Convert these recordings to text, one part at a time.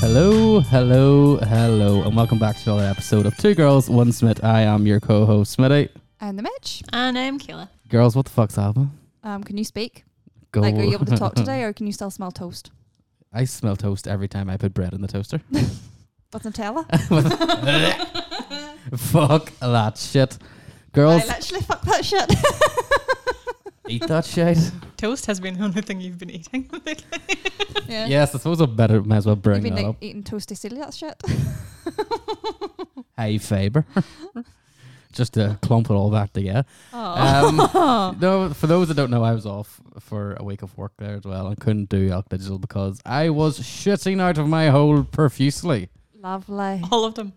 Hello, hello, hello, and welcome back to another episode of Two Girls, One Smith. I am your co-host Smitty. And the Mitch, And I'm Kayla. Girls, what the fuck's happening? um, can you speak? Go. Like, are you able to talk today, or can you still smell toast? I smell toast every time I put bread in the toaster. What's Nutella? Fuck that shit, girls. I literally fuck that shit. eat that shit. Toast has been the only thing you've been eating. yeah. Yes, I suppose I better might as well You've bring been that like, up. eating toasty silly that shit. Hey, Faber. Just to clump it all back together. Oh. No, Um, for those that don't know, I was off for a week of work there as well and couldn't do Elk Digital because I was shitting out of my hole profusely. Lovely. Oh. All of them.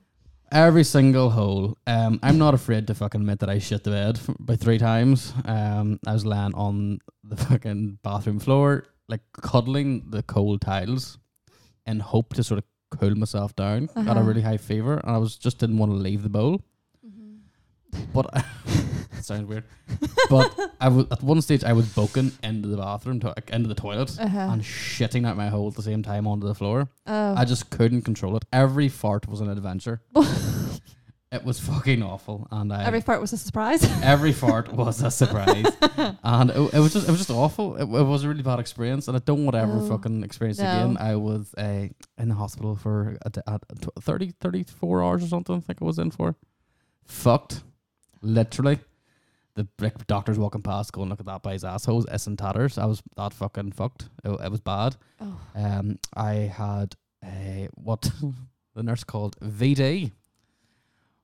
Every single hole. Um, I'm not afraid to fucking admit that I shit the bed f- by three times. Um, I was laying on the fucking bathroom floor, like cuddling the cold tiles in hope to sort of cool myself down. Got a Uh-huh. really high fever and I was just didn't want to leave the bowl. Mm-hmm. But that sounds weird. But I was at one stage I was broken into the bathroom, to- like, into the toilet, Uh-huh. and shitting out my hole at the same time onto the floor. Oh. I just couldn't control it. Every fart was an adventure. it was fucking awful, and I Every every, part was a surprise. fart was a surprise, and it, it was just it was just awful. It, it was a really bad experience, and I don't want to ever No. fucking experience it No. again. I was uh, in the hospital for a, d- a t- 30, 34 hours or something. I think I was in for fucked, literally. The like, doctors walking past, going, "Look at that guy's assholes, s and tatters." I was that fucking fucked. It, it was bad. oh. Um, I had a what the nurse called VD,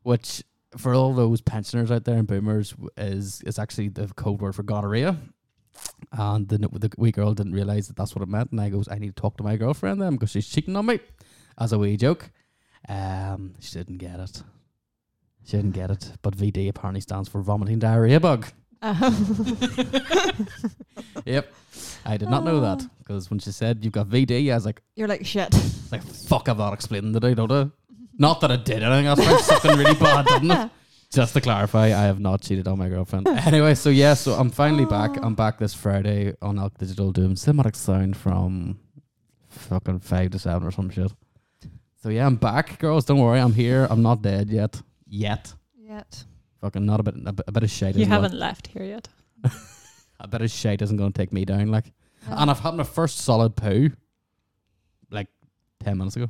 which for all those pensioners out there and boomers w- is is actually the code word for gonorrhea. And the, n- the wee girl didn't realize that that's what it meant, and I goes, I need to talk to my girlfriend then because she's cheating on me, as a wee joke. Um, she didn't get it. She didn't get it. But VD apparently stands for vomiting diarrhea bug. Oh. Yep, I did not know that Oh. because when she said you've got VD, I was like, You're like, shit. like, fuck, I've not explained today, don't I? Not that I did anything. That's like something really bad, didn't it? Just to clarify, I have not cheated on my girlfriend. Anyway, so yeah, so I'm finally back. I'm back this Friday on Elk Digital Doom Cinematic Sound from fucking five to seven or some shit. So yeah, I'm back, girls. Don't worry, I'm here. I'm not dead yet. Yet. Yet. Fucking not a bit. A bit, a bit of shite. You isn't gonna- haven't left here yet. A bit of shite isn't going to take me down. Like, No. Oh. and I've had my first solid poo, like ten minutes ago.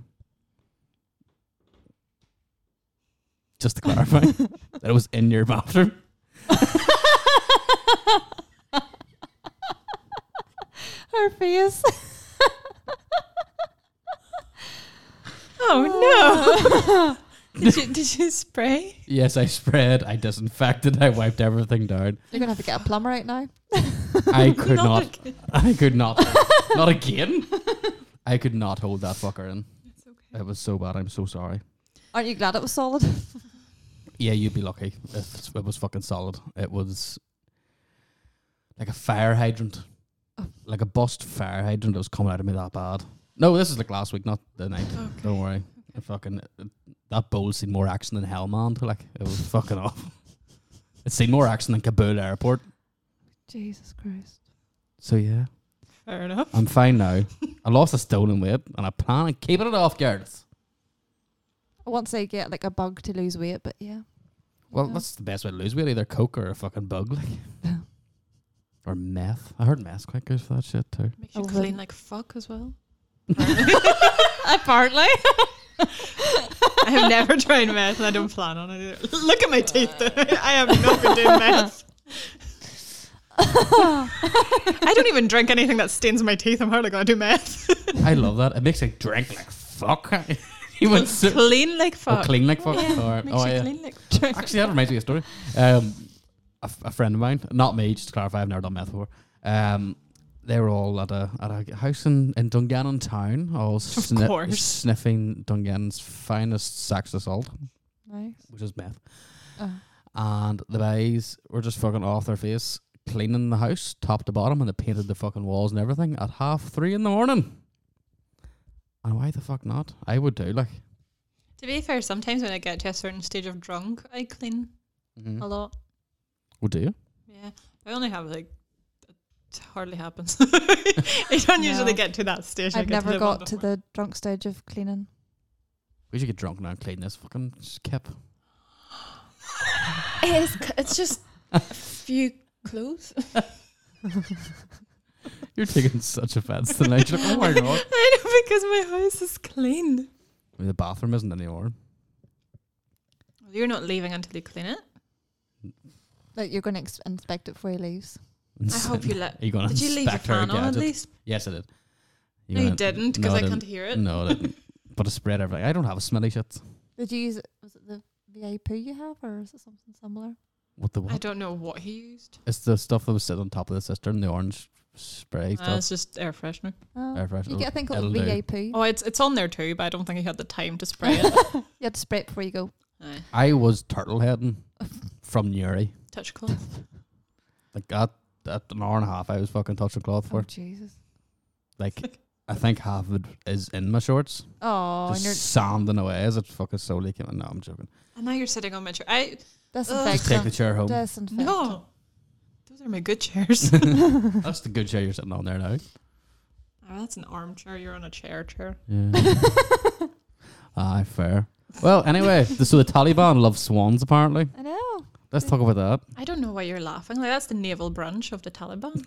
Just to clarify, that it was in your bathroom. Her face. Oh no! did you did you spray? Yes, I spread, I disinfected, I wiped everything down. You're going to have to get a plumber right now. I could not. again. I could not. not again. I could not hold that fucker in. It was so bad. I'm so sorry. Aren't you glad it was solid? Yeah, you'd be lucky. If it was fucking solid. It was like a fire hydrant, Oh. like a bust fire hydrant that was coming out of me that bad. No, this is like last week, not the night. Don't worry. I fucking that bowl seen more action than Hellman. Like it was fucking awful. It's seen more action than Kabul airport. Jesus Christ. So yeah, Fair enough. I'm fine now. I lost a stolen weight, and I plan on keeping it off, girls. I won't say get like a bug to lose weight, but yeah. Well, Yeah. that's the best way to lose weight: either coke or a fucking bug, like Yeah. or meth. I heard meth's quite good for that shit too. Makes you you Oh, clean clean well. like fuck as well. Apparently. I have never tried meth and I don't plan on it. Either. Look at my teeth. I have not been doing meth. I don't even drink anything that stains my teeth. I'm hardly gonna do meth. I love that. It makes you drink like fuck. you went so clean like oh, fuck. clean like fuck. Yeah, All right. makes Oh you yeah. clean like Actually, that reminds me of a story. Um, a, f- a friend of mine, not me, just to clarify, I've never done meth before. Um, they were all at a at a house in, in Dungannon town, all sni- course. sniffing Dungannon's finest sex assault, nice. which is meth. Uh, And the guys were just fucking off their face, cleaning the house top to bottom, and they painted the fucking walls and everything at half three in the morning. And why the fuck not? I would do like. To be fair, sometimes when I get to a certain stage of drunk, I Mm-hmm. Mm. clean a lot. Would do you? Yeah, I only have like hardly happens. I don't usually No. get to that stage. I I've get to never live on got to before. the drunk stage of cleaning. We should get drunk now and clean this fucking skip. It's, it's just a few clothes. You're taking such offense tonight. You're like, oh my god. I know because my house is clean. I mean, the bathroom isn't anymore. You're not leaving until you clean it. Like you're going to ex- inspect it before he leaves. I hope you let. Are you gonna Did you leave your inspect her fan on at gadget? least? Yes, I did. No, you gonna- didn't no, because I didn't. can't hear it. No, I didn't. but I spread everything. I don't have a smelly shit. Did you use was it the VIP you have or is it something similar? What the I what? don't know what he used. It's the stuff that was sitting on top of the cistern, the orange spray Uh, stuff. it's just air freshener. Oh, Air fresh- you get a thing it'll called do. VIP. Oh, it's it's on there too, but I don't think he had the time to spray it. You have to spray it before you go. Aye. I was turtle heading from Newry. Touch cloth. Like that, that an hour and a half I was fucking touching cloth Oh for. Jesus! Like I think half of it is in my shorts. Oh, and just you're sanding away as it fucking slowly came in. No, I'm joking. And now you're sitting on my chair. I Just take the disinfectant. chair home. Disinfectant. no. Ah, Those are my good chairs. That's the good chair you're sitting on there now. Oh, that's an armchair. You're on a chair chair. Yeah. Aye, fair. Well, anyway, th- so the Taliban love swans apparently. I know. Let's talk about that. I don't know why you're laughing. Like that's the naval branch of the Taliban.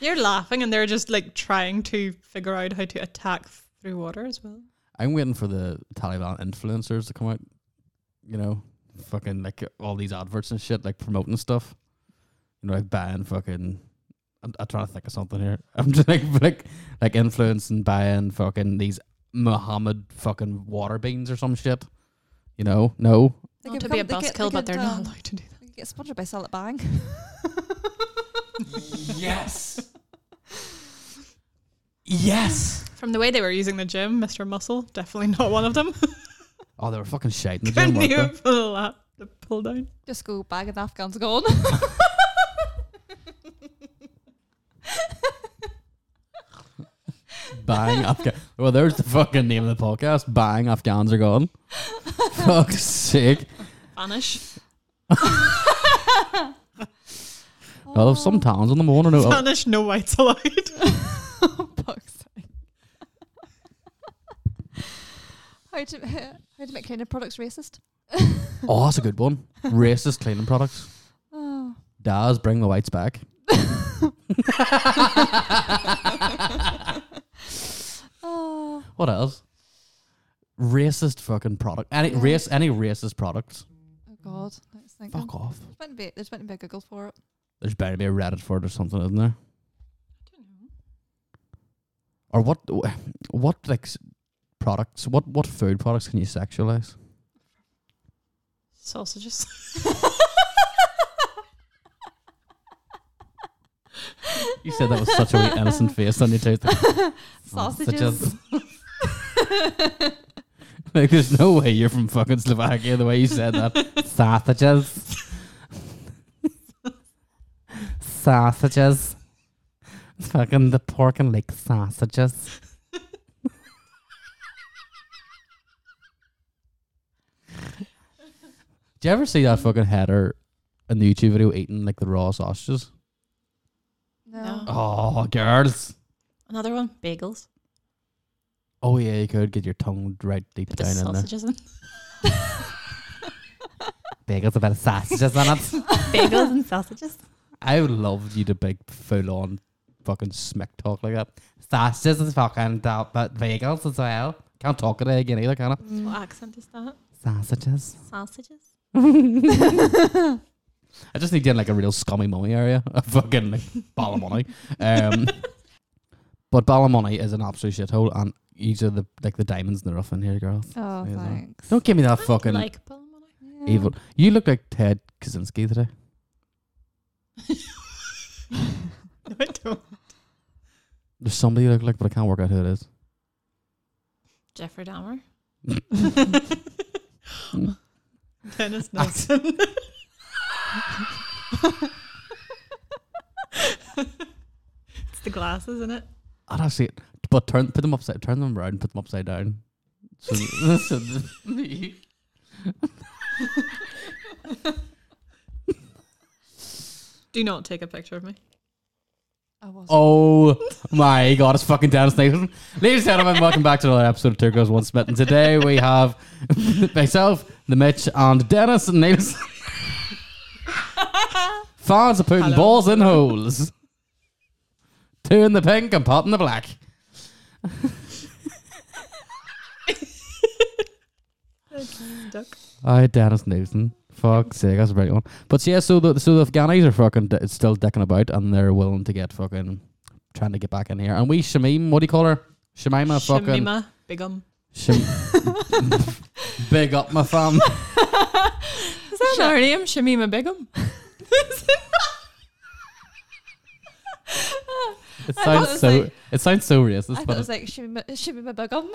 you're laughing, and they're just like trying to figure out how to attack through water as well. I'm waiting for the Taliban influencers to come out. You know, fucking like all these adverts and shit, like promoting stuff. You know, like buying fucking. I'm, I'm trying to think of something here. I'm just like like like influencing buying fucking these Muhammad fucking water beans or some shit. You know, no. They Not could to be a become- they could- buzzkill, they but they're could, not um, allowed to do that. they could Get sponsored by Sell It Bang. yes. Yes. From the way they were using the gym, Mr. Muscle definitely not one of them. Oh, they were fucking shite in the gym. Couldn't weren't even they? pull that the pull down. Just go bag and Afghans gone. Bang Afghan. Well, there's the fucking name of the podcast. Bang Afghans are gone. Fuck's sake. Vanish. I love some towns on the morning. No, oh, Vanish. No whites allowed. Fuck's sake. how to how to make cleaning products racist? oh, that's a good one. Racist cleaning products. Oh. Daz, bring the whites back. Oh. What else? Racist fucking product. Any Yeah. race, any racist products. Oh God! I was thinking. Fuck off. There's meant to be there's meant to be a Google for it. There's better be a Reddit for it or something, isn't there? Or what? What like s- products? What what food products can you sexualize? Sausages. You said that with such a wee innocent face on your Oh, tooth. Sausages. Like, there's no way you're from fucking Slovakia the way you said that. Sausages. sausages. Fucking the pork and like sausages. Do you ever see that fucking header in the YouTube video eating like the raw sausages? No. No. Oh, girls. Another one. Bagels. Oh, yeah, you could get your tongue right deep Put the down in there. sausages in. Bagels, a bit of sausages on it. Bagels and sausages. I would love you to big full on fucking smack talk like that. Sashes is fucking dope, but vegans as well. Can't talk it again either, can I? Mm. What accent is that? Sausages. Sausages. I just need to in like a real scummy mummy area. A fucking like Ballymoney. Um But Ballymoney is an absolute shithole and these are the like the diamonds in the rough in here, girl. Oh, Yeah, no. thanks. Don't give me that fucking like Balmoney. Yeah. evil. You look like Ted Kaczynski today. No, I don't. There's somebody you look like, but I can't work out who it is. Jeffrey Dahmer. Dennis Nelson. it's the glasses, isn't it? I'd actually, but turn put them upside, turn them around, put them upside down. So, so the- Do not take a picture of me. I was. Oh my god, it's fucking Dan Snake. Ladies and gentlemen, welcome back to another episode of Two Girls One Smitten. Today we have myself, the Mitch, and Dennis and Niels. Fans are putting Hello. balls in holes. Two in the pink and pot in the black. Duck. I Dennis Newton. Fuck's sake, that's a brilliant one. But yeah, so the so the Afghanis are fucking d- still dicking about, and they're willing to get fucking trying to get back in here. And we Shamim, what do you call her? Shemima, fucking Shemima Bigum. Shem- big up my fam. Is that her name? Shamima Begum? It I thought sounds it was so like- it sounds so racist, I thought but it was it- like shimmy, my- shimmy my bug on.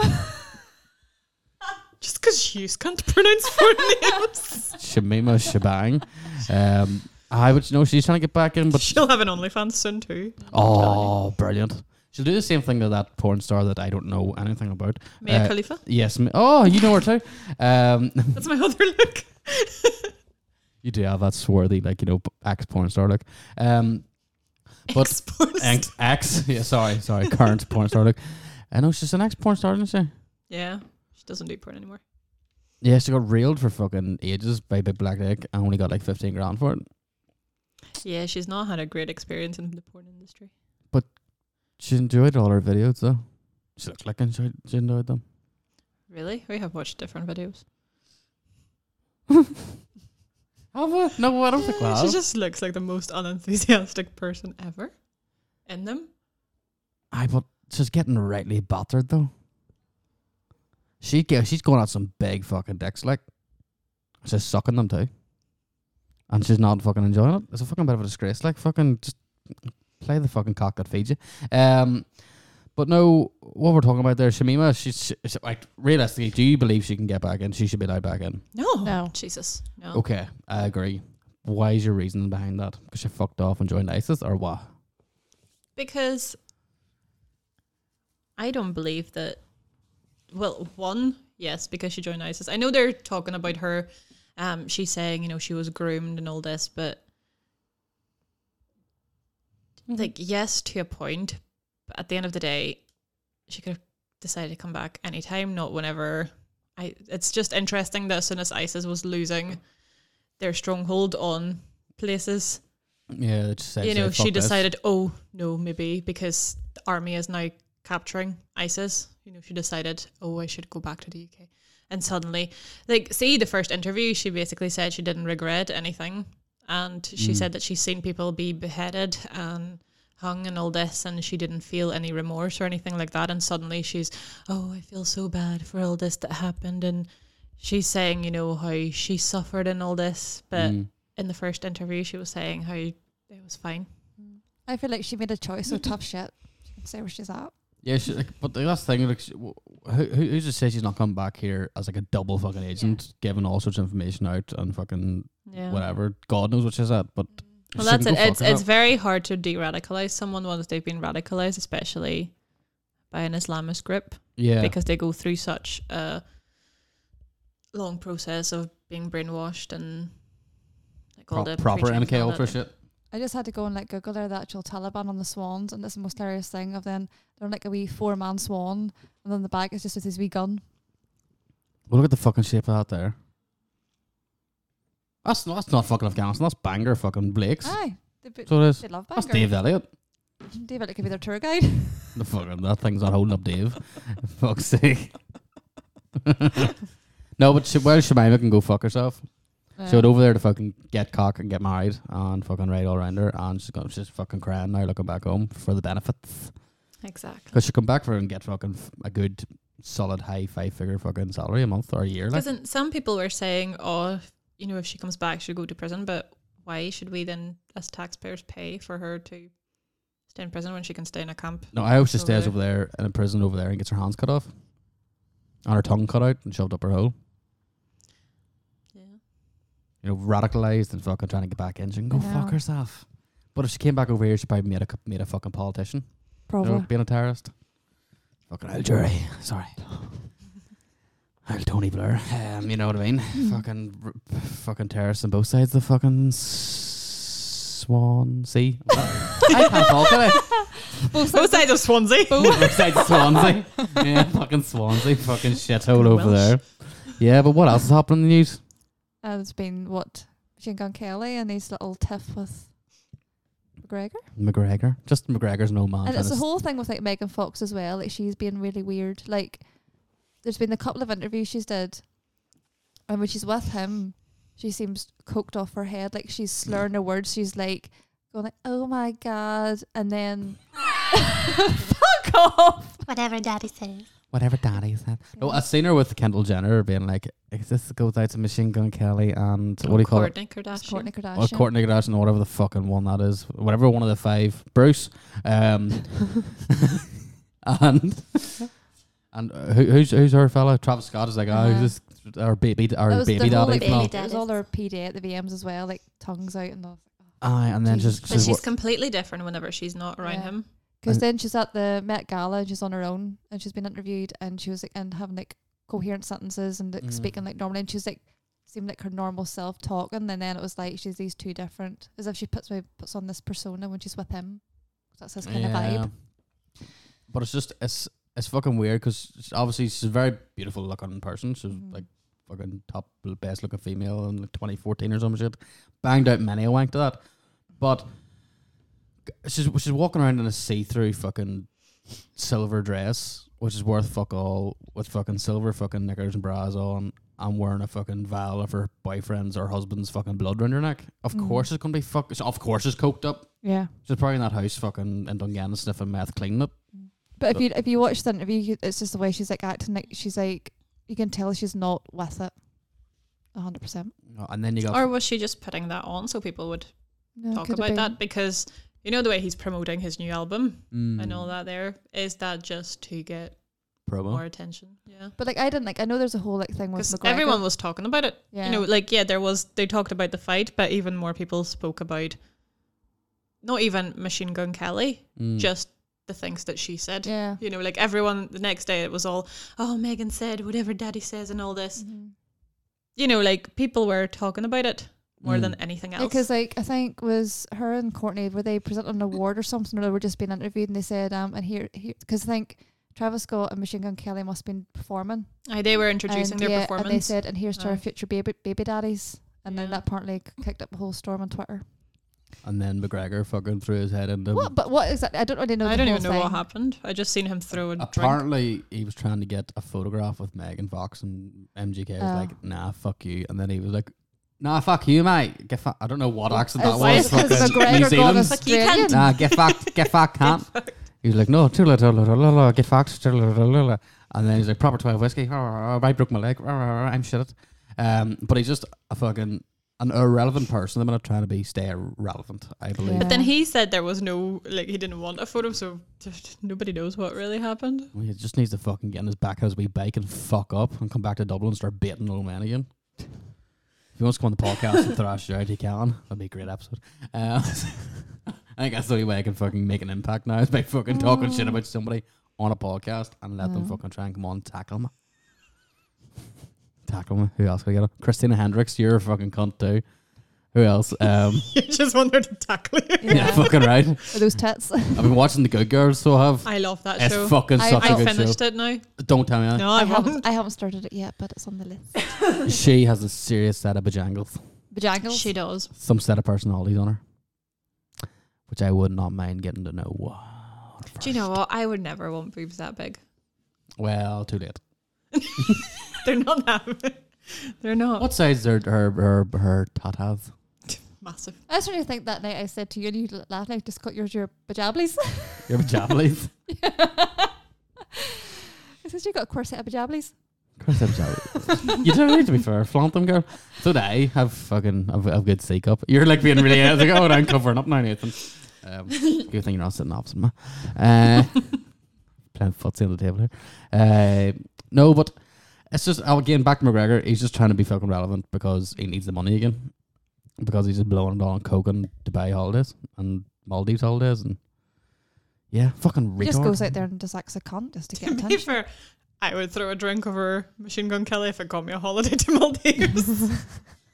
Just because you can't pronounce foreign names. Shamima Shebang. Um, I would you know she's trying to get back in, but She'll have an OnlyFans soon too. oh, brilliant. She'll do the same thing to that porn star that I don't know anything about. Mia Uh, Khalifa. Yes, ma- oh, you know her too. Um, That's my other look. You do have that swarthy, like you know, ex porn star look. Um, But- Exports. ex, ex, yeah, sorry, sorry, current porn star look. I know she's an ex porn star, isn't she? yeah, she doesn't do porn anymore. Yeah, she got railed for fucking ages by Big Black Dick and only got like fifteen grand for it. Yeah, she's not had a great experience in the porn industry. She enjoyed all her videos though. She looked like enjoyed, she enjoyed them. Really? We have watched different videos. Have we? No, I don't think we Yeah, have. She just looks like the most unenthusiastic person ever in them. I but she's getting rightly battered though. She go- she's going out some big fucking dicks like. She's sucking them too. And she's not fucking enjoying it. It's a fucking bit of a disgrace. Like fucking just play the fucking cock that feeds you. Um but no, what we're talking about there, Shamima, she's, she, like realistically, do you believe she can get back in? She should be allowed back in. No. No. Jesus. No. Okay, I agree. Why is your reason behind that? Because she fucked off and joined ISIS or what? Because I don't believe that. Well, one, yes, because she joined ISIS. I know they're talking about her. Um, she's saying, you know, she was groomed and all this, but like, yes, to a point. But at the end of the day, she could have decided to come back anytime, not whenever. I. It's just interesting that as soon as ISIS was losing their stronghold on places, Yeah, they just said, you said, know, she "Fuck this." decided, oh no, maybe because the army is now capturing ISIS. You know, she decided, oh, I should go back to the UK. And suddenly, like, see the first interview, she basically said she didn't regret anything, and she said that she's seen people be beheaded and hung and all this, and she didn't feel any remorse or anything like that. And suddenly, she's, oh, I feel so bad for all this that happened, and she's saying, you know, how she suffered and all this, but. Mm. In the first interview, she was saying how it was fine. I feel like she made a choice. So tough shit. She can say where she's at. Yeah, she, like, but the last thing, like, she, wh- who, who- who's to say she's not coming back here as like a double fucking agent, giving all sorts of information out and fucking Yeah. whatever? God knows what she's at, but Well, she that's can it. go It's fuck it's very hard to de-radicalize someone once they've been radicalized, especially by an Islamist group, yeah, because they go through such a long process of being brainwashed and like all pro- the proper preaching and MK all Ultra that. shit. I just had to go and like Google her the actual Taliban on the swans, and it's the most hilarious thing. Of then they're on, like a wee four man swan, and then the back is just with his wee gun. Well, look at the fucking shape of that there. That's not, that's not fucking Afghanistan. That's banger fucking Blake's. Ah, Aye, they, bu- So it is. they love That's banger. Dave Elliott. David could be their tour guide. The fucking that thing's not holding up, Dave. Fuck's sake. no, but she, well, Shemima can go fuck herself. Um, She went over there to fucking get cock and get married and fucking raid all around her and she's, gonna, she's fucking crying now looking back home for the benefits. Exactly. Because she come back for and get fucking f- a good solid high five figure fucking salary a month or a year. Like. Because some people were saying, oh, you know, if she comes back, she'll go to prison. But why should we then, as taxpayers, pay for her to stay in prison when she can stay in a camp? No, I hope she Over stays there. over there in a prison over there and gets her hands cut off and her tongue cut out and shoved up her hole. Yeah. You know, radicalized and fucking trying to get back in. She can go I fuck know. herself. But if she came back over here, she probably made a, co- made a fucking politician. you know, Probably. being a terrorist. Fucking Algeria. Sorry. Old Tony Blair. Um, you Hmm. know what I mean? fucking, r- fucking terrorists on both sides of the fucking s- Swan Sea. I can't talk today. Both Both sides. sides of Swansea. Riverside Swansea. Yeah, fucking Swansea. Fucking shithole over Welsh. there. Yeah, but what else is happening in the news? Uh, there's been what Shane Gun Kelly and his little tiff with McGregor, McGregor. Just McGregor's an old man. and trying it's to the whole thing with like Megan Fox as well. Like she's being really weird. Like there's been a couple of interviews she's did, and when she's with him, she seems coked off her head. Like she's slurring her words. She's like going like, "Oh my god," and then fuck off. Whatever daddy says. Whatever daddy said. No, I've seen her with Kendall Jenner being like, this goes out to Machine Gun Kelly and what do you call it? Courtney It's Kardashian. Kourtney Or Kardashian. Courtney Kardashian, or whatever the fucking one that is. Whatever one of the five. Bruce. Um, and and uh, who, who's who's her fella? Travis Scott is like, oh, Uh-huh. who's this? Our baby, That our was the baby whole, daddy. like, Baby no. daddy. It was all her PD at the VMs as well, like tongues out and all. Aye, and then just, But just she's completely different whenever she's not around Yeah. him. Because And- then she's at the Met Gala and she's on her own and she's been interviewed and she was like and having like coherent sentences and like, Mm. speaking like normally and she was like seemed like her normal self talking and then it was like she's these two different as if she puts me puts on this persona when she's with him. That's his kind of vibe. But it's just it's it's fucking weird because obviously she's a very beautiful looking person. She's Mhm. like fucking top best looking female in like 2014 or some shit. Banged out many a wank to that, but g- she's she's walking around in a see through fucking silver dress, which is worth fuck all, with fucking silver fucking knickers and bras on. and wearing a fucking vial of her boyfriend's or husband's fucking blood round her neck. Of Mm. Mhm. course, it's gonna be fuck. Of course, it's coked up. Yeah. She's probably in that house fucking in Dungannon sniffing meth cleaning up. But if you if you watch the interview, you, it's just the way she's like acting like she's like you can tell she's not with it. A hundred percent. And then you got Or was she just putting that on so people would No, talk could have about been. that? Because you know the way he's promoting his new album mm, and all that there? Is that just to get more promo. attention? Yeah. But like I didn't like I know there's a whole like thing with Because McGregor. everyone was talking about it. yeah. You know, like yeah, there was they talked about the fight, but even more people spoke about not even Machine Gun Kelly, Mm. just the things that she said. yeah. You know, like everyone the next day it was all, Oh, Megan said whatever daddy says and all this. Mhm. You know, like people were talking about it more Mm. than anything else. Because like I think was her and Courtney were they presenting an award or something or they were just being interviewed and they said um and here here because I think Travis Scott and Machine Gun Kelly must have been performming Aye, they were introducing and, their yeah, performance. and they said and here's to Aye. our future baby baby daddies and then Yeah. that apparently c- kicked up a whole storm on Twitter. And then McGregor fucking threw his head into. what? But what exactly? I don't really know. I the don't whole even know what thing. happened. I just seen him throw a drink. Apparently, he was trying to get a photograph with Megan Fox, and MGK was Oh. like, "Nah, fuck you." And then he was like, "Nah, fuck you, mate. Get fuck." I don't know what accent that It's why was. it's 'cause Fucking New McGregor got Zealand. Fuck you, cunt. Australian. Nah, get fucked. Get fucked, can't. He was like, no, tula, tula, tula, la, get fucked. Tula, tula, la, la." And then he's like, proper 12 whiskey. rah, rah, rah, I broke my leg. rah, rah, rah, I'm shit. Um, but he's just a fucking an irrelevant person. I'm not trying to be stay relevant, I believe. Yeah. But then he said there was no like he didn't want a photo, so just nobody knows what really happened. Well, He just needs to fucking get in his back of his wee bike and fuck up and come back to Dublin and start baiting old man again. If he wants to come on the podcast and thrash it out, he can. That'd be a great episode. Uh, I think that's the only way I can fucking make an impact now is by fucking talking shit about somebody on a podcast and let them Mm. fucking try and come on and tackle me. Tackle me. Who else can I get? on? Christina Hendricks, you're a fucking cunt too. Who else? Um, You just wanted to tackle you. yeah. Yeah. fucking right. Are those tits? I've been watching The Good Girls, so I have. I love that It's show. fucking I- such a I good show. finished it now. Don't tell me that. No, I I haven't. haven't. I haven't started it yet, but it's on the list. She has a serious set of bejangles. Bejangles. She does. some set of personalities on her, which I would not mind getting to know. on Do you first. know what? I would never want boobs that big. Well, too late. They're not that. big. They're not What size are her her her tat have? massive. I just really think that night I said to you, and you laughed. I just cut yours your pajablies. Your pajamas. I said you got a corset of pajablies. Of course I'm sorry. you don't need to be fair. Flaunt them, girl. So do I have fucking I've, I've good seek up. You're like being really I was like, oh, I'm covering up now, Nathan. Um, good thing you're not sitting opposite me. Uh, playing footsie on the table here. Uh, no, but it's just oh, again back to McGregor. He's just trying to be fucking relevant because he needs the money again. Because he's just blowing it all on coke and Dubai holidays and Maldives holidays and yeah, fucking He just retard. goes out there and just acts a cunt just to get To attention. be fair, I would throw a drink over Machine Gun Kelly if it got me a holiday to Maldives.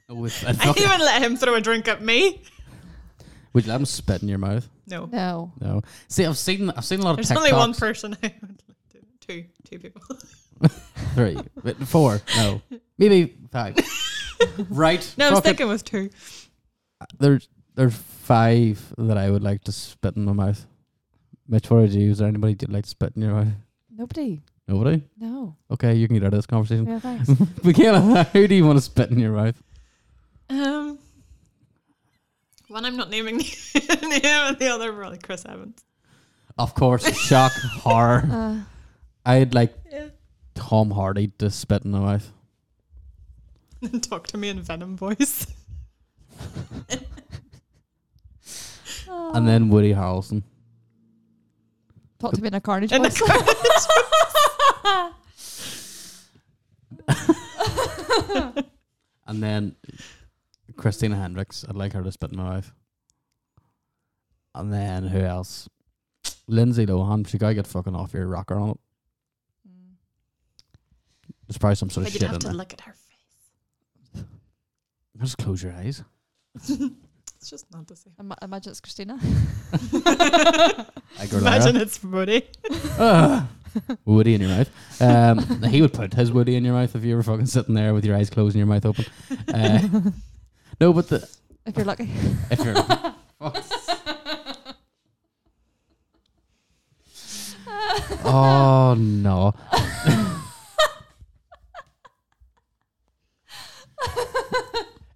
Oh, it's- it's I fucking- even let him throw a drink at me. Would you let him spit in your mouth? No. No. No. See, I've seen I've seen a lot of There's TikToks. only one person I would like to. Two. Two people. Three, Wait, four, no, maybe five. right? No, I was fuck it. thinking with two. There's there's five that I would like to spit in my mouth. Mitch, what would you? Is there anybody you'd like to spit in your mouth? Nobody. Nobody. No. Okay, you can get out of this conversation. Yeah, thanks. Michaela, who do you want to spit in your mouth? Um, one I'm not naming the name, and the other probably Chris Evans. Of course, shock horror. Uh, I'd like Yeah. Tom Hardy to spit in my mouth. And talk to me in Venom voice. oh. And Oh. then Woody Harrelson. talk to me in a carnage In a box. And then Christina Hendricks. I'd like her to spit in my mouth. And then who else? Lindsay Lohan. She gotta get fucking off your rocker on it. Mm. There's probably some sort But of you'd shit in have to there. look at her face. Just close your eyes. It's just not the same. Ima- imagine it's Christina. Like Imagine it's Woody. Ugh. Woody in your mouth. Um, he would put his Woody in your mouth if you were fucking sitting there with your eyes closed and your mouth open. Uh, no, but the If you're lucky. if you're oh no,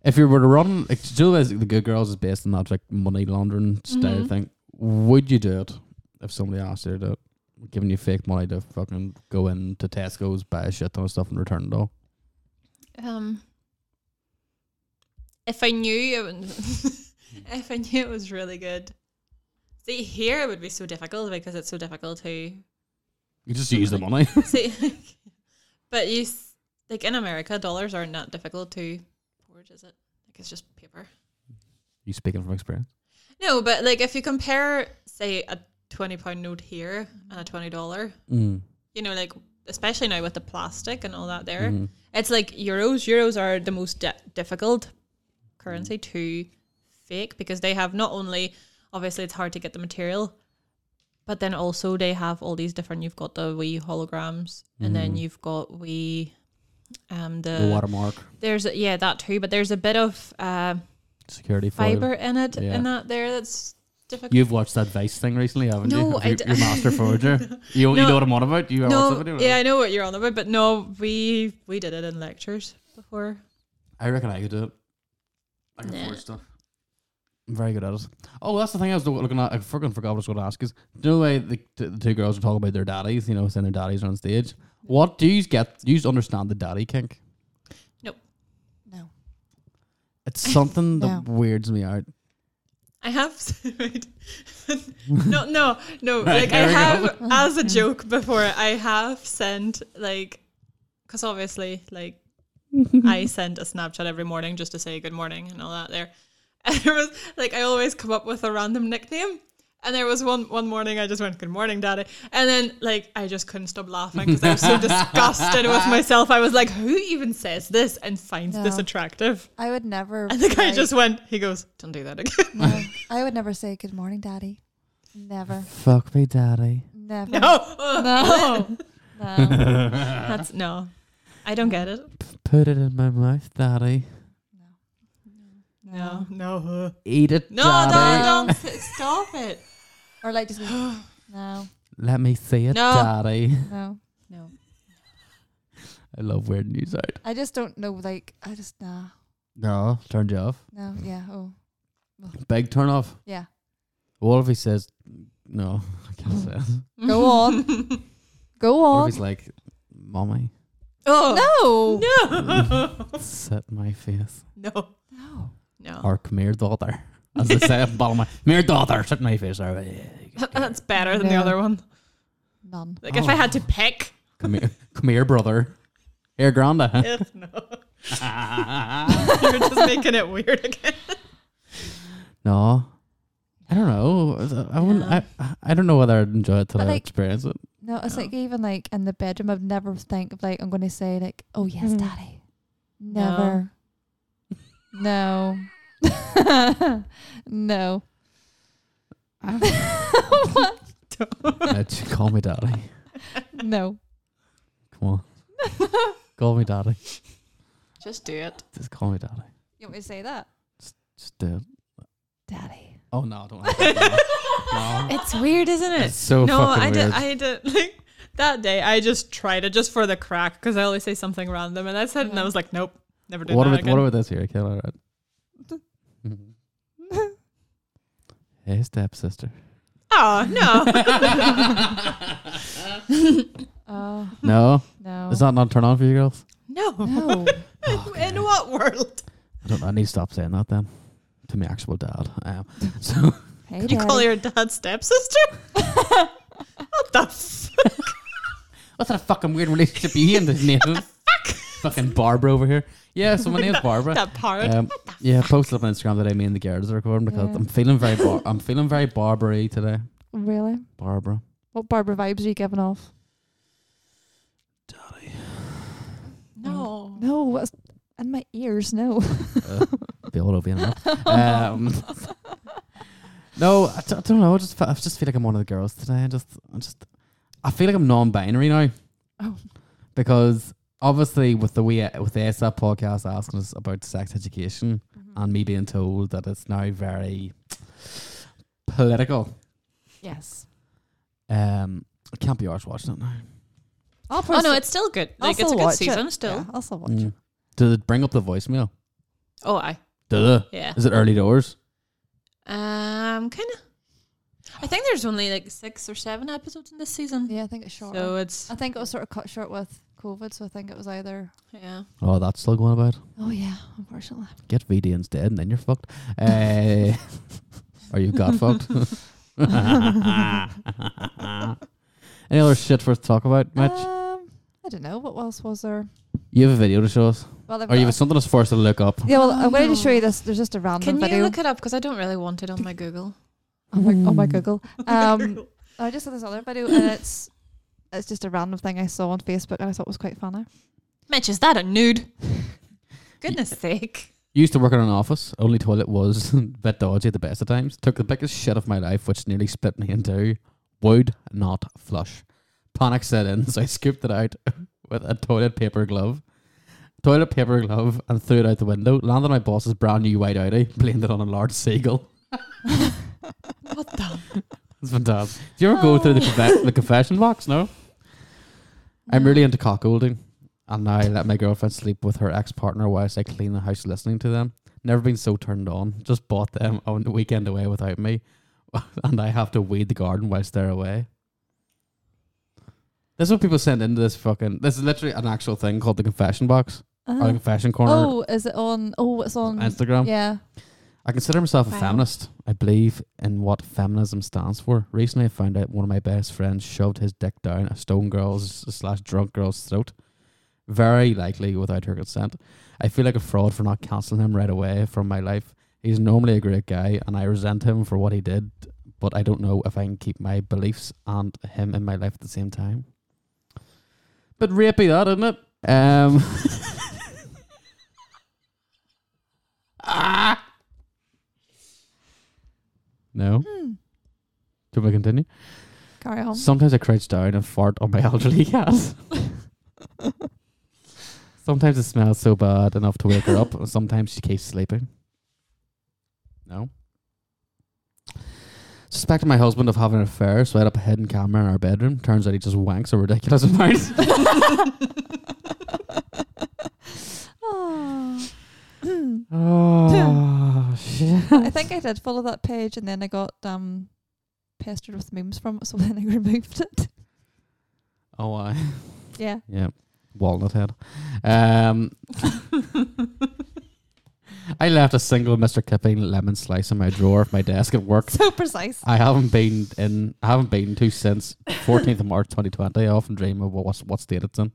if you were to run, like, do you know the Good Girls is based on that like money laundering style Mhm. thing? Would you do it if somebody asked you to do it? Giving you fake money to fucking go into Tesco's, buy a shit ton of stuff and return it all. Um, if I knew, it was, if I knew it was really good. See, here it would be so difficult because it's so difficult to You just use use the the money. See, but you s- like in America, dollars are not difficult to forge, is it? Like it's just paper. you speaking from experience? No, but like if you compare, say, a twenty pound note here and a twenty dollar, Mm. you know, like especially now with the plastic and all that, there, Mhm. it's like euros. Euros are the most di- difficult currency Mm. to fake because they have not only obviously it's hard to get the material. But then also they have all these different. You've got the wee holograms, and then Mhm. you've got wee, um, the, the watermark there's a, yeah that too. But there's a bit of uh, security foil. fiber in it, Yeah. in that there that's difficult. You've watched that Vice thing recently, haven't you? No, Of I your, d- your master forger. You, you No. know what I'm on about. You watched no, that video. yeah, I know what you're on about, but no, we we did it in lectures before. I reckon I could do it. I can Nah. forge stuff. I'm very good at it. Oh, that's the thing I was looking at. I fucking forgot what I was going to ask. Is do you know the way the, t- the two girls are talking about their daddies? You know, saying their daddies are on stage. What do you get? Do you understand the daddy kink? no. It's something No. that weirds me out. I have right. no, no, no. Right, like I there we have go. as a joke before. I have sent like, because obviously, like I send a Snapchat every morning just to say good morning and all that. There, and there was like I always come up with a random nickname. And there was one one morning I just went good morning, daddy, and then like I just couldn't stop laughing because I was so disgusted with myself. I was like, who even says this and finds this No. attractive? I would never. And the guy like- just went. He goes, don't do that again. No, I would never say good morning, daddy. Never. Fuck me, daddy. Never. No, Uh-huh. No. No. That's no. I don't get it. Put it in my mouth, daddy. No, no. Eat it, No, daddy. no, don't s- stop it. Or like just go, no, Let me see it, No. daddy. no, No. I love weird news out. I just don't know. Like I just nah, No, turned you off. no, yeah, oh, Big turn off. yeah. What if he says no? I can't say. it. Go on. Go What if on. he's like, "Mommy, Oh No, no. set my face, No. no. No. or come here, daughter." As they say, at the bottom of my, "Mere daughter, set my face." Or, That's better than the No. other one. none. Like if I Oh. had to pick. come here, come here, brother. Here, Granda. Eh, no. You're just making it weird again. no, I don't know. I wouldn't. I, I- I don't know whether I'd enjoy it till But, I like- experience it. No, it's like No. even like in the bedroom, I'd never think of like I'm going to say like, oh yes, Mm. daddy. No. Never. No. no. Ah. What? Uh, j- call me daddy. No. Come on. call me daddy. Just do it. Just call me daddy. You want me to say that? Just do it. Daddy. Oh no, I don't have that. No. It's weird, isn't It's so no, fucking I weird. did. I did. Like that day, I just tried it just for the crack because I always say something random, and I said, and I Yeah. was like, nope, never did what that about again. what about this here? Okay, all right. hey, stepsister. oh no, Oh No, no. is that not turn on for you girls? Oh, no. no. Okay. In what world? I don't. I need to stop saying that then. To my actual dad, Um, I am. So Hey, Could you call daddy. your dad stepsister? what the? F- what that fucking weird relationship you and this name? fucking Barbara over here. Yeah, so my name's Barbara. that part. Um, yeah, I posted up on Instagram today. Me and the girls are recording because Yeah. I'm feeling very, bar- I'm feeling very Barbary today. Really? Barbara, What Barbara vibes are you giving off? no. No, what's in my ears? No. uh, be all over you now. Um, no, I, d- I don't know. I just, fe- I just feel like I'm one of the girls today. I just, I just, I feel like I'm non-binary now. Oh. because obviously with the way with the ASAP podcast asking us about sex education Mm-hmm. and me being told that it's now very political. Yes. Um, I can't be arse watching it now. I'll Oh pers- no, it's still good. I'll Like it's still a good watch season it. still. Yeah, I'll still watch Mm. it. Did it bring up the voicemail? Oh, I Duh. yeah. Is it early doors? Um, kind of. I think there's only like six or seven episodes in this season, Yeah, I think it's short. so it's Uh, I think it was sort of cut short with COVID, so I think it was either. yeah. Oh, that's still going about. Oh yeah, unfortunately. Get VD instead, and then you're fucked. Uh, or you got fucked. Any other shit for us to talk about, Mitch? Um, I don't know what else was there. you have a video to show us, Well, I've or you have got- something else for us to look up. yeah, well, I'm going Oh, to show you no. this. There's just a random Can video. you look it up? Because I don't really want it on my Google. oh my, oh my Google. Um, I just saw this other video, and it's it's just a random thing I saw on Facebook, and I thought was quite funny. Mitch, is that a nude? Goodness sake. You used to work in an office. Only toilet was a bit dodgy at the best of times. Took the biggest shit of my life, which nearly split me in two. Would not flush. Panic set in, so I scooped it out with a toilet paper glove. Toilet paper glove and threw it out the window. Landed on my boss's brand new white Audi. Blamed it on a large seagull. What the? It's fantastic. Do you ever go through the, confe- the confession box? No. I'm really into cuckolding, and now I let my girlfriend sleep with her ex partner whilst I clean the house listening to them. Never been so turned on. Just bought them on the weekend away without me, and I have to weed the garden whilst they're away. This is what people send into this fucking. This is literally an actual thing called the confession box or the Uh, confession corner oh, is it on? Oh, it's on on. Instagram. Yeah. I consider myself a Wow. feminist. I believe in what feminism stands for. Recently, I found out one of my best friends shoved his dick down a stone girl's slash drunk girl's throat, very likely without her consent. I feel like a fraud for not cancelling him right away from my life. He's normally a great guy, and I resent him for what he did, but I don't know if I can keep my beliefs and him in my life at the same time. But rapey, that isn't it? Um. ah. No. Hmm. Do we continue? Carry on. Sometimes I crouch down and fart on my elderly cat. sometimes it smells so bad enough to wake her up, and sometimes she keeps sleeping. No. Suspected my husband of having an affair, so I had up a hidden camera in our bedroom. Turns out he just wanks a ridiculous amount. Aw. Ah. oh, shit. I think I did follow that page, and then I got um pestered with memes from it, so then I removed it. Oh, I. Yeah. Yeah. Walnut head. Um, I left a single Mr. Kipping lemon slice in my drawer of my desk at work. So precise. I haven't been in. I haven't been to since 14th of March 2020. I often dream of what's what state it's in.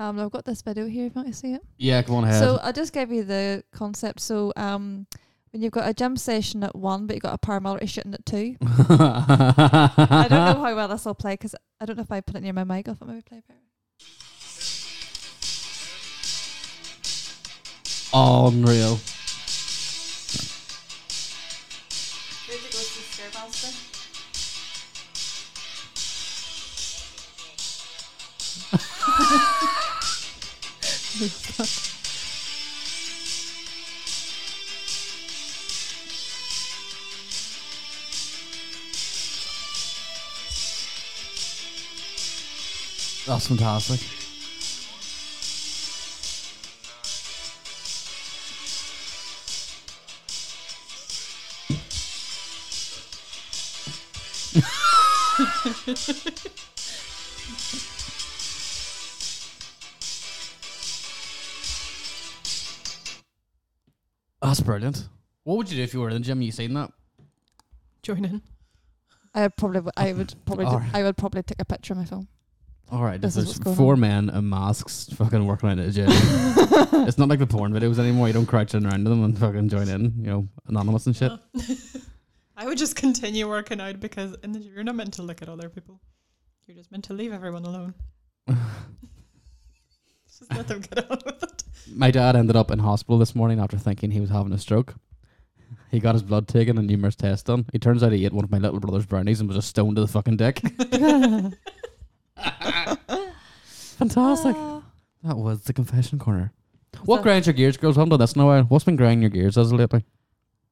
Um, I've got this video here. If you want to see it. Yeah, come on ahead. So I'll just give you the concept. So um, when you've got a gym session at one, but you've got a paramilitary shitting at two. I I don't know how well this will play because I don't know if I put it near my mic. If it maybe play better. Unreal. That's fantastic. That's brilliant. What would you do if you were in the gym? and You seen that? Join in. I would probably, w- I would probably, do- Alright. I would probably take a picture of my phone. All right, This if is what's there's going four men in masks fucking working out at a gym. it's not like the porn videos anymore. You don't crouch in around them and fucking join in, you know, anonymous and shit. Oh. I would just continue working out because in the gym, you're not meant to look at other people. You're just meant to leave everyone alone. just let them get on with it. My dad ended up in hospital this morning after thinking he was having a stroke. He got his blood taken and numerous tests done. It turns out he ate one of my little brother's brownies and was just stoned to the fucking dick. Fantastic. Ah. That was the confession corner. What that- grinds your gears, girls? Haven't done this in a while. What's been grinding your gears as of lately?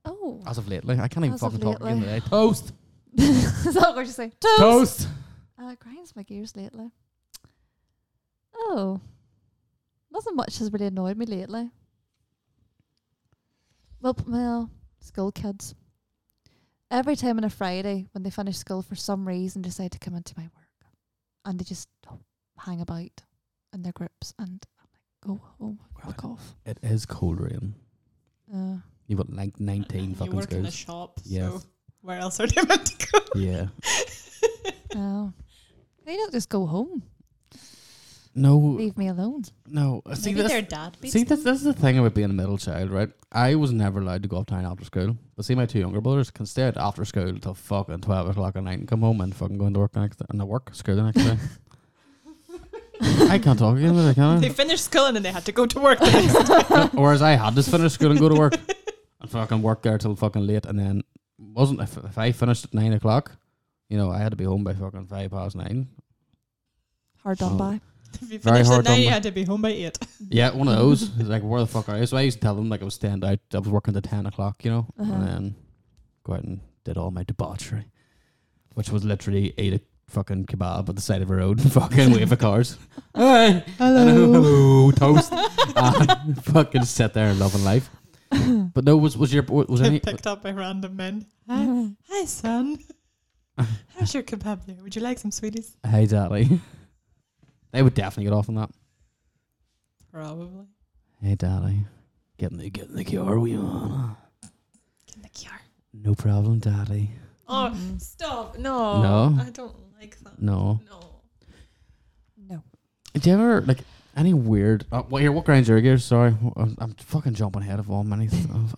oh, As of lately, I can't even As of fucking talk lately. again today. Toast, is that what you say? Toast. toast. Uh, it grinds my gears lately. Oh, nothing much has really annoyed me lately. Well, p- well, school kids. Every time on a Friday when they finish school, for some reason decide to come into my work, and they just hang about in their groups, and I'm like, go home, fuck off. It is cold rain. Uh, You've got like nineteen you fucking work in a schools. shop, Yes. so where else are they meant to go? Yeah. no, they don't just go home. No. Leave me alone. No. Uh, See Maybe this. their dad beats See, this, this is the thing about being a middle child, right? I was never allowed to go up town after school. But see, my two younger brothers can stay out after school till fucking 12 o'clock at night and come home and fucking go into work the next day. And I work school the next day. I can't talk again, really, them. can They I? finished school and then they had to go to work. the next day. Whereas I had to finish school and go to work and fucking work there till fucking late. And then wasn't if, if I finished at 9 o'clock, you know, I had to be home by fucking 5 past 9. Hard done Oh. by. if you Very finished hard at nine, on you them. had to be home by eight. Yeah, one of those. It's like, where the fuck are you? So I used to tell them, like, I was staying out, I was working till 10 o'clock, you know, Uh-huh. and then go out and did all my debauchery, which was literally ate a fucking kebab at the side of a road and fucking wave at cars. Hey, hello, toast. and fucking sit there and loving life. But no, was was your was any? Mm-hmm. Picked up by random men. Hi, hi, son. How's your kebab there? Would you like some sweeties? Hey, Daddy. They would definitely get off on that. Probably. Hey, Daddy, get in the get in the car, we on. Get the cure. No problem, Daddy. Oh, Mm. stop. No. Mm-hmm. No. I don't like that. No. No. No. Do you ever like any weird? Uh, well, here, what grinds your gears? Sorry, I'm, I'm fucking jumping ahead of all many. Th- of-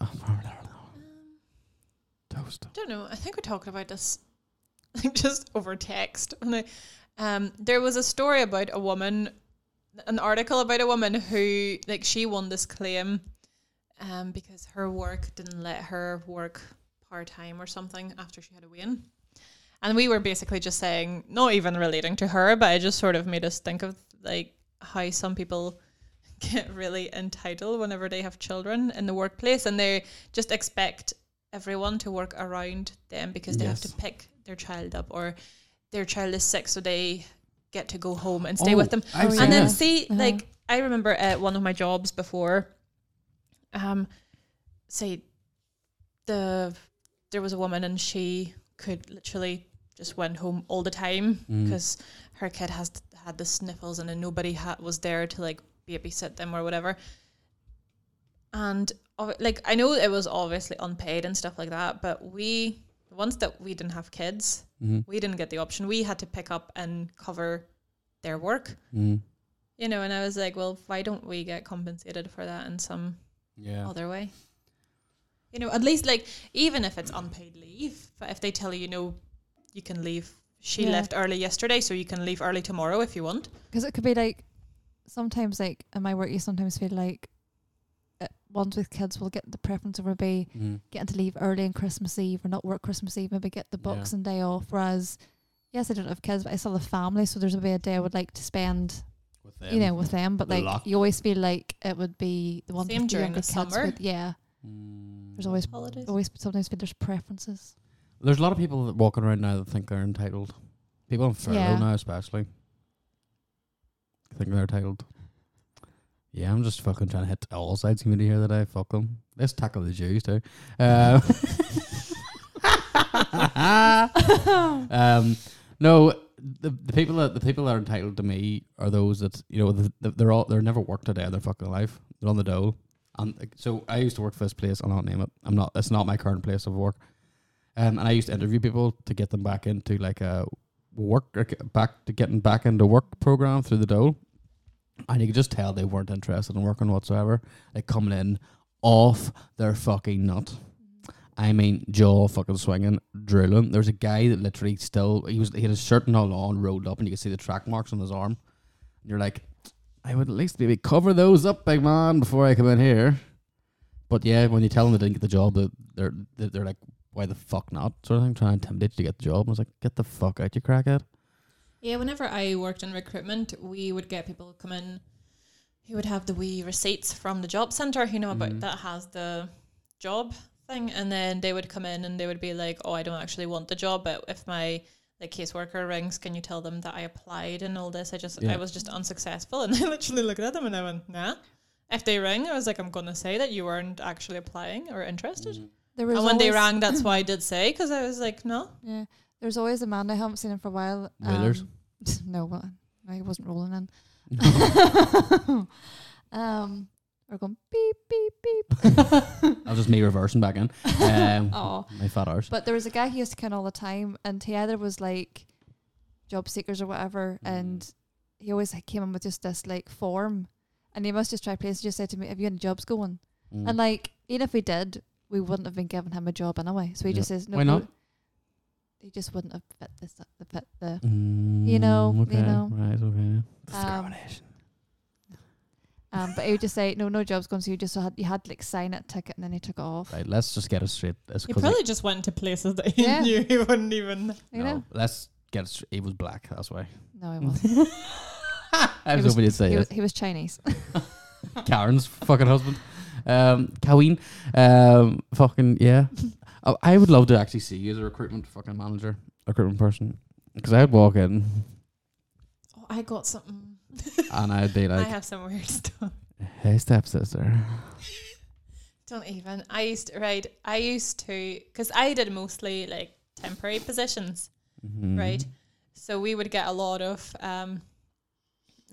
toast. don't know. I think we're talking about this just over text. And I- Um, there was a story about a woman, an article about a woman who, like, she won this claim um, because her work didn't let her work part time or something after she had a win. And we were basically just saying, not even relating to her, but it just sort of made us think of, like, how some people get really entitled whenever they have children in the workplace and they just expect everyone to work around them because they have Yes. to pick their child up or their child is sick so they get to go home and stay with them I've Oh, seen and then yeah. this. see Uh-huh. like i remember at one of my jobs before um say the there was a woman and she could literally just went home all the time Mm. because her kid has had the sniffles and then nobody ha- was there to like babysit them or whatever and ob- like i know it was obviously unpaid and stuff like that but we once that we didn't have kids Mhm. we didn't get the option we had to pick up and cover their work Mm. you know, and I was like, well, why don't we get compensated for that in some Yeah. other way? You know, at least like even if it's unpaid leave, but if they tell you, you know, you can leave. She Yeah. left early yesterday, so you can leave early tomorrow if you want. Because it could be like sometimes, like in my work, you sometimes feel like uh, ones with kids will get the preference over be Mm. getting to leave early on Christmas Eve or not work Christmas Eve, maybe get the Yeah. Boxing Day off, whereas yes, I don't have kids, but I still have family, so there's a way a day I would like to spend, With you know, with them. But like, locked. you always feel like it would be the one Same with the during younger the kids summer. would- yeah, Mm. there's always Holidays. always sometimes there's preferences. There's a lot of people that walking around now that think they're entitled. People on furlough Yeah. now, especially, think they're entitled. Yeah, I'm just fucking trying to hit all sides community here today. Fuck them. Let's tackle the Jews too. Um, um, no, the, the people that the people that are entitled to me are those that you know th th they're all they're never worked a day in their fucking life. They're on the dole. And like, so I used to work for this place. I'll not name it. I'm not. It's not my current place of work. Um, and I used to interview people to get them back into like a work or get back to getting back into work program through the dole. And you could just tell they weren't interested in working whatsoever. Like coming in off their fucking nut. I mean, jaw fucking swinging, drooling. There's a guy that literally still he was he had his shirt and all on, rolled up, and you could see the track marks on his arm. And you're like, I would at least maybe cover those up, big man, before I come in here. But yeah, when you tell them they didn't get the job, they- they're they're, they're like, why the fuck not? Sort of thing, trying to intimidate you to get the job. I was like, get the fuck out, you crackhead. Yeah, whenever I worked in recruitment, we would get people come in who would have the wee receipts from the job centre, you know, about Mhm. that has the job thing, and then they would come in and they would be like, "Oh, I don't actually want the job, but if my the caseworker rings, can you tell them that I applied and all this? I just Yeah. I was just unsuccessful." And I literally looked at them and I went, "Nah." If they ring, I was like, "I'm gonna say that you weren't actually applying or interested." Mm-hmm. There was And when they always- rang, that's why I did say because I was like, "No." Yeah, there's always a man I haven't seen him for a while. Wheelers? Um, no, well, I wasn't rolling in. um, we're going beep beep beep. That was just me reversing back in. Um, Oh, My fat arse. but there was a guy he used to ken all the time, and he either was like job seekers or whatever, Mm-hmm. and he always like, came in with just this like form, and he must just try places. Just said to me, "Have you any jobs going?" Mm. And like, even if we did, we wouldn't have been giving him a job anyway. So he Yeah. just says, "No, Why go- not? He just wouldn't have fit this, fit the Mm, know, you okay, know. right, okay. Um, Discrimination. Um, but he would just say, "No, no jobs going." So you just had you had to, like sign it ticket, and then he took it off. Right, let's just get it straight. That's He 'cause probably just went to places that he Yeah. knew he wouldn't even. he, You no, know? let's get it straight. He was black, that's why. No, he wasn't. I was was- hoping you'd say he, yes. was, he was Chinese. Karen's fucking husband. Um, Kaween. Um, fucking, yeah. I, I would love to actually see you as a recruitment fucking manager, recruitment person. Because I'd walk in Oh, I got something. and I'd be I like, have some weird stuff. hey, stepsister. Don't even. I used to, right. I used to because I did mostly like temporary positions, Mhm. right? So we would get a lot of um,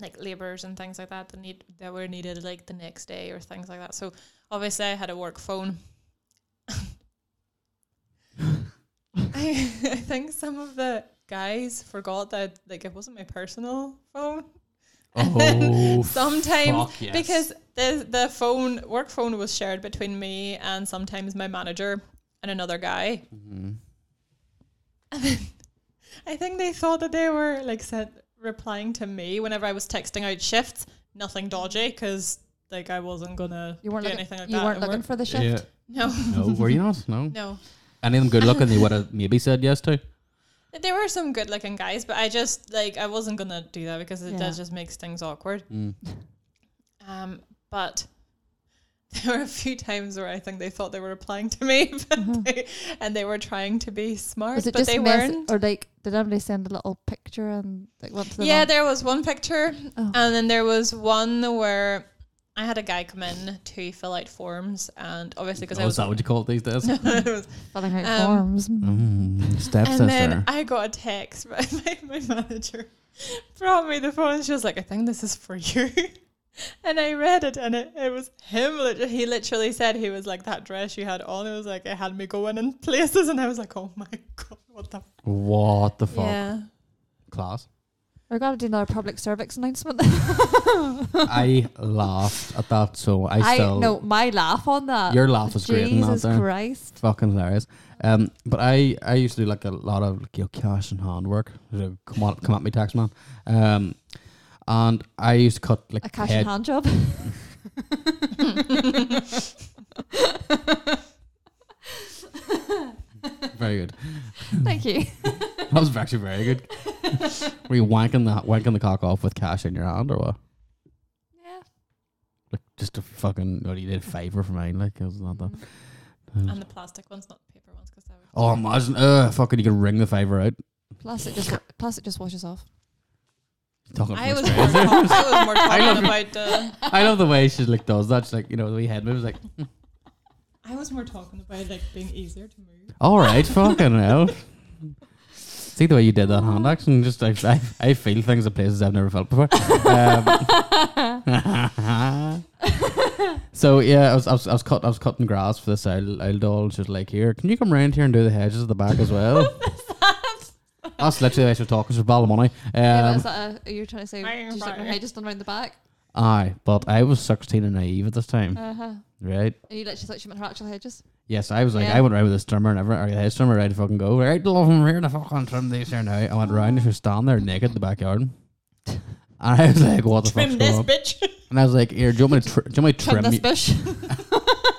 like laborers and things like that that need that were needed like the next day or things like that. So obviously I had a work phone. I, I think some of the guys forgot that like it wasn't my personal phone. And then Oh, sometimes fuck yes. because the the phone work phone was shared between me and sometimes my manager and another guy. Mhm. I think they thought that they were like said replying to me whenever I was texting out shifts. Nothing dodgy because like I wasn't gonna You weren't do looking. anything like you that. weren't at looking work. for the shift. no, No, were you not? No. no. Any of them good looking, they would have maybe said yes to. There were some good looking guys, but I just like I wasn't gonna do that because it Yeah. does just makes things awkward. Mm. Um, but there were a few times where I think they thought they were replying to me, but they, and they were trying to be smart, Mm-hmm. Was it but just they mess- weren't. or like did anybody send a little picture and like went to the Yeah, um, wrong- there was one picture, Oh. and then there was one where I had a guy come in to fill out forms, and obviously because Oh, I is was, that what you call it these days? filling out um, forms? Mm, and then stepsister. I got a text. My, my, my manager brought me the phone. And she was like, "I think this is for you." And I read it, and it, it was him. lit- He literally said he was like that dress you had on. It was like it had me going in places, and I was like, "Oh my god, what the fuck?" What the fuck? Class. We're gonna do another public service announcement. I laughed at that, so I, I, still. no, my laugh on that. Your laugh was great in that Jesus there. Christ. Fucking hilarious. Um, but I, I used to do like a lot of like, you know, cash and hand work. You know, Come on, come at me, tax man. Um, and I used to cut like A cash head. and hand job. Very good. Thank you. That was actually very good. Were you wanking the wanking the cock off with cash in your hand or what? Yeah. Like just a fucking well, you did a favor for mine, like it was not Um, that. And the plastic ones, not the paper ones, because that would. Oh, imagine, uh, fucking, you could ring the favor out. Plus it just wa- plus it just washes off. Talking I I, was, more, I was more talking about uh, the. I love the way she like does that. She's like, you know, the wee head moves, like, I was more talking about like being easier to move. all right, fucking hell. See the way you did that hand action. Just I, I, I feel things in places I've never felt before. Um, so yeah, I was, I was I was cut I was cutting grass for this owl, owl doll. And she was like, "Here, can you come round here and do the hedges at the back as well?" That's literally the way she was talking. She was balling yeah, but Um, is that a, you're trying to say Fire, just like fire. your head just done around the back? aye, but I was sixteen and naive at this time, Uh huh. right? And you literally thought she meant her actual hedges. Yes, I was like, Yeah. I went round with the trimmer and everything, or the hedge trimmer, ready to fucking go. Right, love him here, the fucking trim these here now. I went round, and she was standing there naked in the backyard. And I was like, what the fuck's going Trim this on? bitch. And I was like, here, do you want me to, tr- do you want me to Trim trim this you? bush.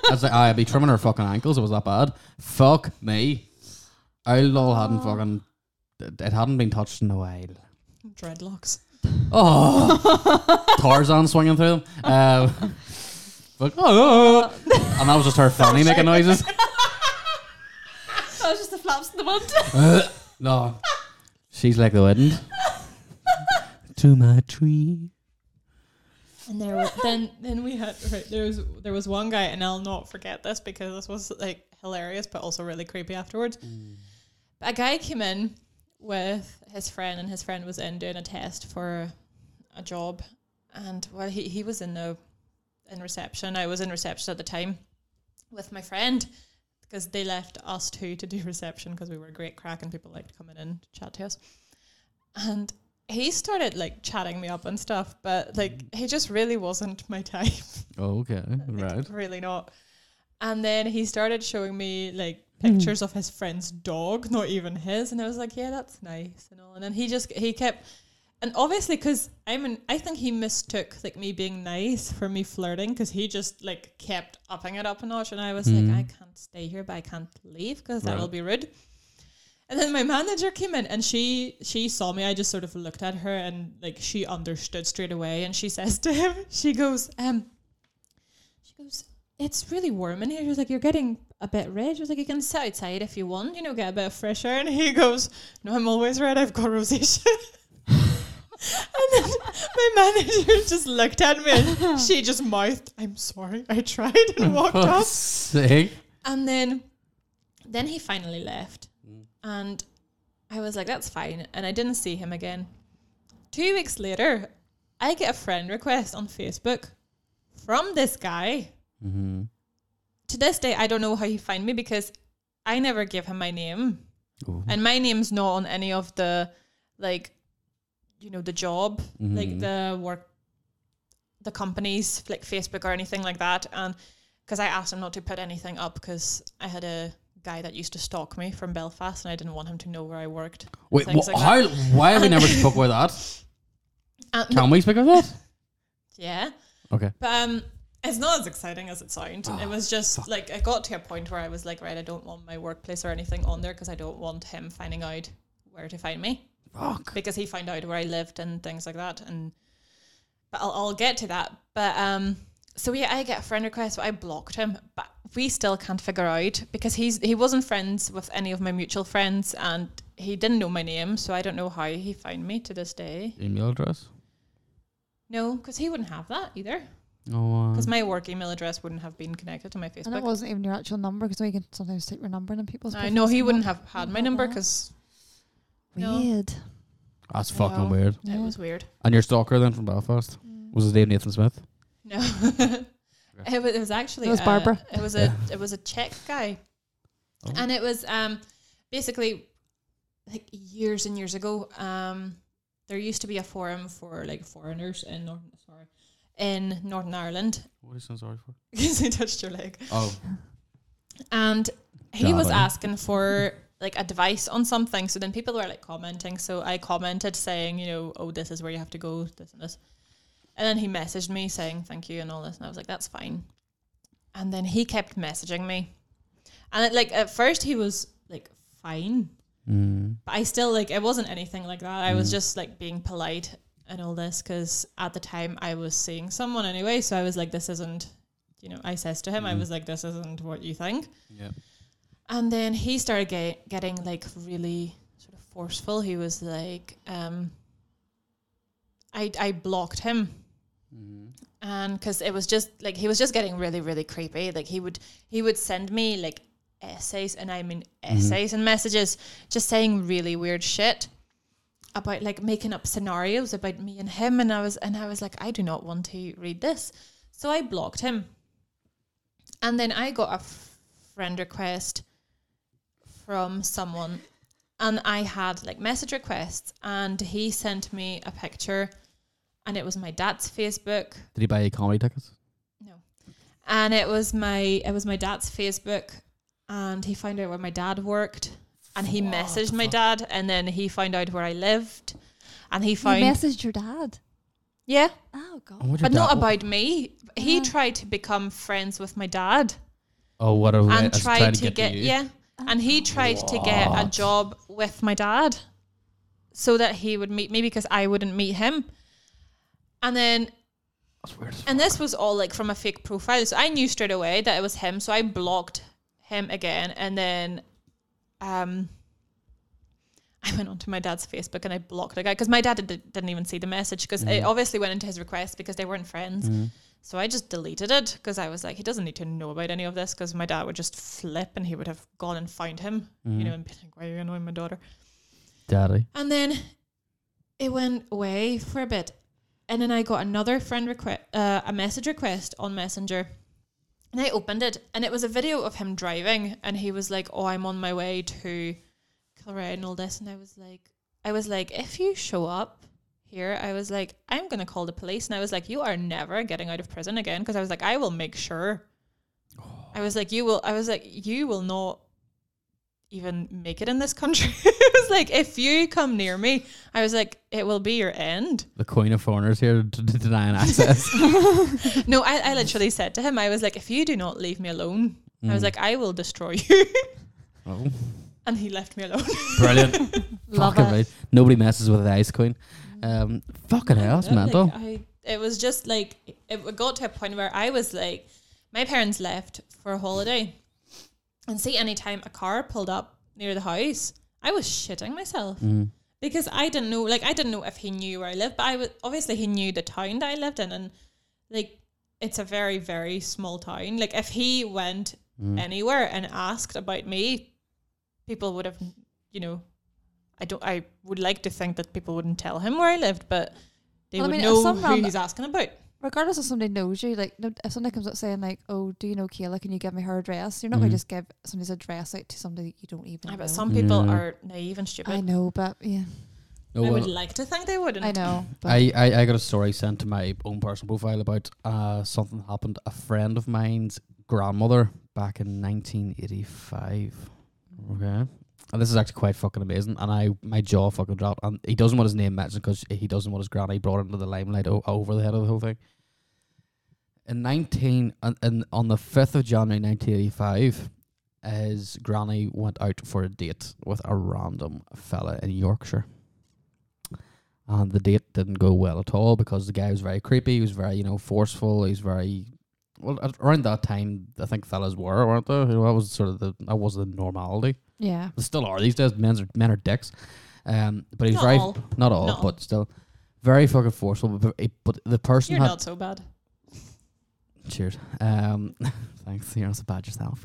I was like, I'd be trimming her fucking ankles. It was that bad. Fuck me. Owl doll hadn't fucking. It it hadn't been touched in a while. Dreadlocks. Oh, Tarzan swinging through them. Um, like, oh, oh, oh. and that was just her fanny making noises. that was just the flaps in the mud. No, she's like the wind. to my tree. And there were, then then we had right, there was there was one guy and I'll not forget this because this was like hilarious but also really creepy afterwards. A guy came in with his friend and his friend was in doing a test for a job and well he, he was in the in reception. I was in reception at the time with my friend because they left us two to do reception because we were a great crack and people liked coming in and chat to us. And he started like chatting me up and stuff, but like he just really wasn't my type. Oh, Okay, Like, right. Really not. And then he started showing me like pictures of his friend's dog, not even his, and I was like, yeah, that's nice and all. And then he just he kept, and obviously because I'm an, I think he mistook like me being nice for me flirting because he just like kept upping it up a notch, and I was like, I can't stay here, but I can't leave because that Right. will be rude. And then my manager came in and she she saw me. I just sort of looked at her and like she understood straight away and she says to him, she goes, um she goes, It's really warm in here. She was like, You're getting a bit red. She was like, You can sit outside if you want, you know, get a bit of fresh air. And he goes, No, I'm always red, I've got rosacea. and then my manager just looked at me and she just mouthed, I'm sorry, I tried and walked Fuck's off. sake. And then then he finally left. And I was like, that's fine. And I didn't see him again. Two weeks later, I get a friend request on Facebook from this guy. Mm-hmm. To this day, I don't know how he found me because I never give him my name. Oh. And my name's not on any of the, like, you know, the job, like Mhm. the work, the companies, like Facebook or anything like that. And because I asked him not to put anything up because I had a guy that used to stalk me from Belfast and I didn't want him to know where I worked. Wait, things wha- like how? Why have we never spoke about that? And- Can we speak about that? yeah. Okay. Ah, But um, it's not as exciting as it sounds. it was just like I got to a point where I was like, right, I don't want my workplace or anything on there because I don't want him finding out where to find me Fuck. because he found out where I lived and things like that. And but I'll, I'll get to that. But um, so yeah, I get a friend request, but I blocked him. But we still can't figure out because he's he wasn't friends with any of my mutual friends and. He didn't know my name, so I don't know how he found me to this day. Email address. No, because he wouldn't have that either. Oh. Because my work email address wouldn't have been connected to my And it Facebook. wasn't even your actual number because you can sometimes take your number in people's. I know he profiles wouldn't and have had my Not number that. because no. Weird. that's fucking No. weird. Yeah. Mm. it was weird. And your stalker then from Belfast was his name Nathan Smith? No, it, was, it was actually It was a- Barbara. It was a it was a Czech guy, Oh. and it was um basically like years and years ago. Um, there used to be a forum for like foreigners in northern sorry in Northern Ireland Oh, What is he sorry for? because he touched your leg. Oh, and he Java. was asking for like advice on something. So then people were like commenting. So I commented saying, you know, oh, this is where you have to go, this and this. And then he messaged me saying thank you and all this, and I was like, that's fine. And then he kept messaging me, and it, like at first he was like fine, Mm. But I still like it wasn't anything like that. I was Mm. just like being polite and all this because at the time I was seeing someone anyway, so I was like, this isn't. You know, I says to him, I Mhm. was like, this isn't what you think. Yeah. And then he started get, getting like really sort of forceful. He was like, um, I, I blocked him. Mm-hmm. And because it was just like he was just getting really, really creepy. Like he would he would send me like essays and I mean essays and messages just saying really weird shit about like making up scenarios about me and him and I was and I was like, I do not want to read this. So I blocked him. And then I got a f- friend request from someone and I had like message requests and he sent me a picture and it was my dad's Facebook Did he buy any comedy tickets? and it was my it was my dad's Facebook, and he found out where my dad worked, and he What messaged the my fuck? dad, and then he found out where I lived, and he You found messaged your dad. yeah, Oh Oh, god. what'd your but not dad- about me. He Yeah. tried to become friends with my dad Oh, what a way- and that's tried trying to get you. yeah, Oh. and he tried to get a What? job with my dad, so that he would meet me because I wouldn't meet him, and then That's weird. as And this was all like from a fake profile. So I knew straight away that it was him. So I blocked him again. And then um, I went onto my dad's Facebook and I blocked the guy because my dad did, didn't even see the message because it obviously went into his request because they weren't Mm. Mm-hmm. friends. So I just deleted it because I was like, he doesn't need to know about any of this because my dad would just flip and he would have gone and found him, Mm-hmm. Mm. you know, and be like, why are you annoying my daughter? Daddy. And then it went away for a bit. And then I got another friend request, uh, a message request on Messenger. And I opened it, and it was a video of him driving. And he was like, Oh, I'm on my way to Kilrea and all this. And I was like, I was like, if you show up here, I was like, I'm going to call the police. And I was like, You are never getting out of prison again. Because I was like, I will make sure. I was like, You will, I was like, You will not even make it in this country. it was like, if you come near me, I was like, it will be your end. The queen of foreigners here d- d- denying access. No, I, I literally said to him, I was like, if you do not leave me alone, I was like, I will destroy you. Mm. Oh, and he left me alone. Mm. brilliant. Love fucking it. right. Nobody messes with the ice queen. Mm. Um, fucking hell, that's Yeah, like, mental. I, it was just like, it got to a point where I was like, my parents left for a holiday. And see, anytime a car pulled up near the house, I was shitting myself. Mm. because I didn't know, like, I didn't know if he knew where I lived, but I was obviously he knew the town that I lived in, and like, it's a very, very small town. Like, if he went Mm. anywhere and asked about me, people would have, you know, I don't, I would like to think that people wouldn't tell him where I lived, but they Well, I would mean, know some who random- he's asking about. Regardless if somebody knows you, like no, if somebody comes up saying like, "Oh, do you know Kayla? Can you give me her address?" You're not Mhm. gonna just give somebody's address out to somebody that you don't even. Ah, know. But Mm-hmm. some people Yeah. are naive and stupid. I know, but yeah, No, I Oh, well, would like to think they wouldn't. I know. But I, I, I got a story sent to my own personal profile about uh, something happened. A friend of mine's grandmother back in 1985. Okay. And this is actually quite fucking amazing. And I, my jaw fucking dropped. And he doesn't want his name mentioned because he doesn't want his granny brought into the limelight o- over the head of the whole thing. In 19, and, and on the 5th of January 1985, his granny went out for a date with a random fella in Yorkshire and the date didn't go well at all because the guy was very creepy. He was very, you know, forceful. He was very well at- around that time. I think fellas were, weren't they? You know, that was sort of the that was the normality. yeah, They still are these days. Men are men are dicks. Um, but he was Not very all. not all, Not all. but still very fucking forceful. But, but, but the person You're had not so bad. Cheers. Um, thanks. You're not so bad yourself,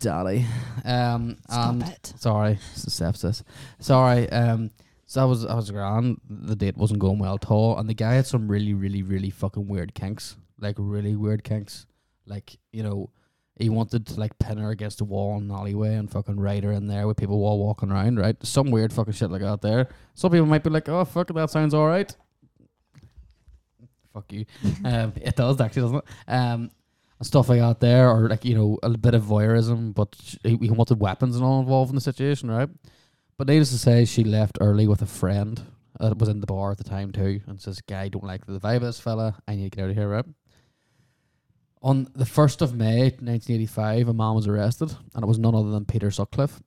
Dolly. Um, stop and it. Sorry, s- sepsis. Sorry. Um, so I was I was grand. The date wasn't going well at all, and the guy had some really, really, really fucking weird kinks. Like really weird kinks. Like you know, he wanted to like pin her against the wall in an alleyway and fucking ride her in there with people while walking around. Right, some weird fucking shit like that. There, some people might be like, "Oh fuck, that sounds all right." Fuck you. um, it does actually, doesn't it? Um, and stuff like that there, or like you know a bit of voyeurism, but sh- he, he wanted weapons and all involved in the situation, right? But needless to say, she left early with a friend that was in the bar at the time too, and says, "Guy, don't like the vibe of this fella. I need to get out of here." Right. On the first of May, nineteen eighty-five, a man was arrested, and it was none other than Peter Sutcliffe.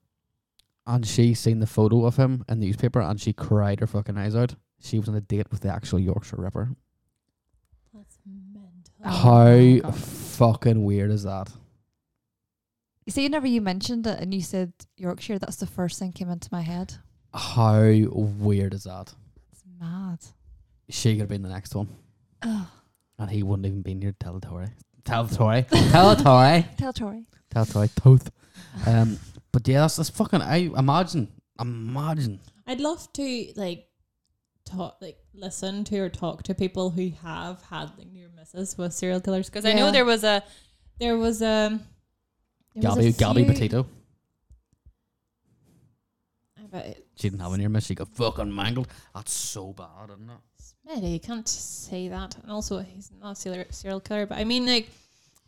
and she seen the photo of him in the newspaper and she cried her fucking eyes out. She was on a date with the actual Yorkshire Ripper. That's mental. Um, How fucking weird is that? You see, whenever you mentioned it and you said Yorkshire, that's the first thing came into my head. How weird is that? It's mad. She could have been the next one. Oh, And he wouldn't even be near Teletore. Teletore. Teletore. tell Tori. Teletore. Toth. Um, but yeah, that's, that's fucking. I imagine. Imagine. I'd love to like talk, like listen to or talk to people who have had like near misses with serial killers because I know Yeah. there was a there was a there was Gabby, a Gabby few- Potato. I bet it- She didn't have a near miss. She got fucking mangled. That's so bad, isn't it? Smitty, you can't say that. And also, he's not a serial, serial killer. But I mean, like,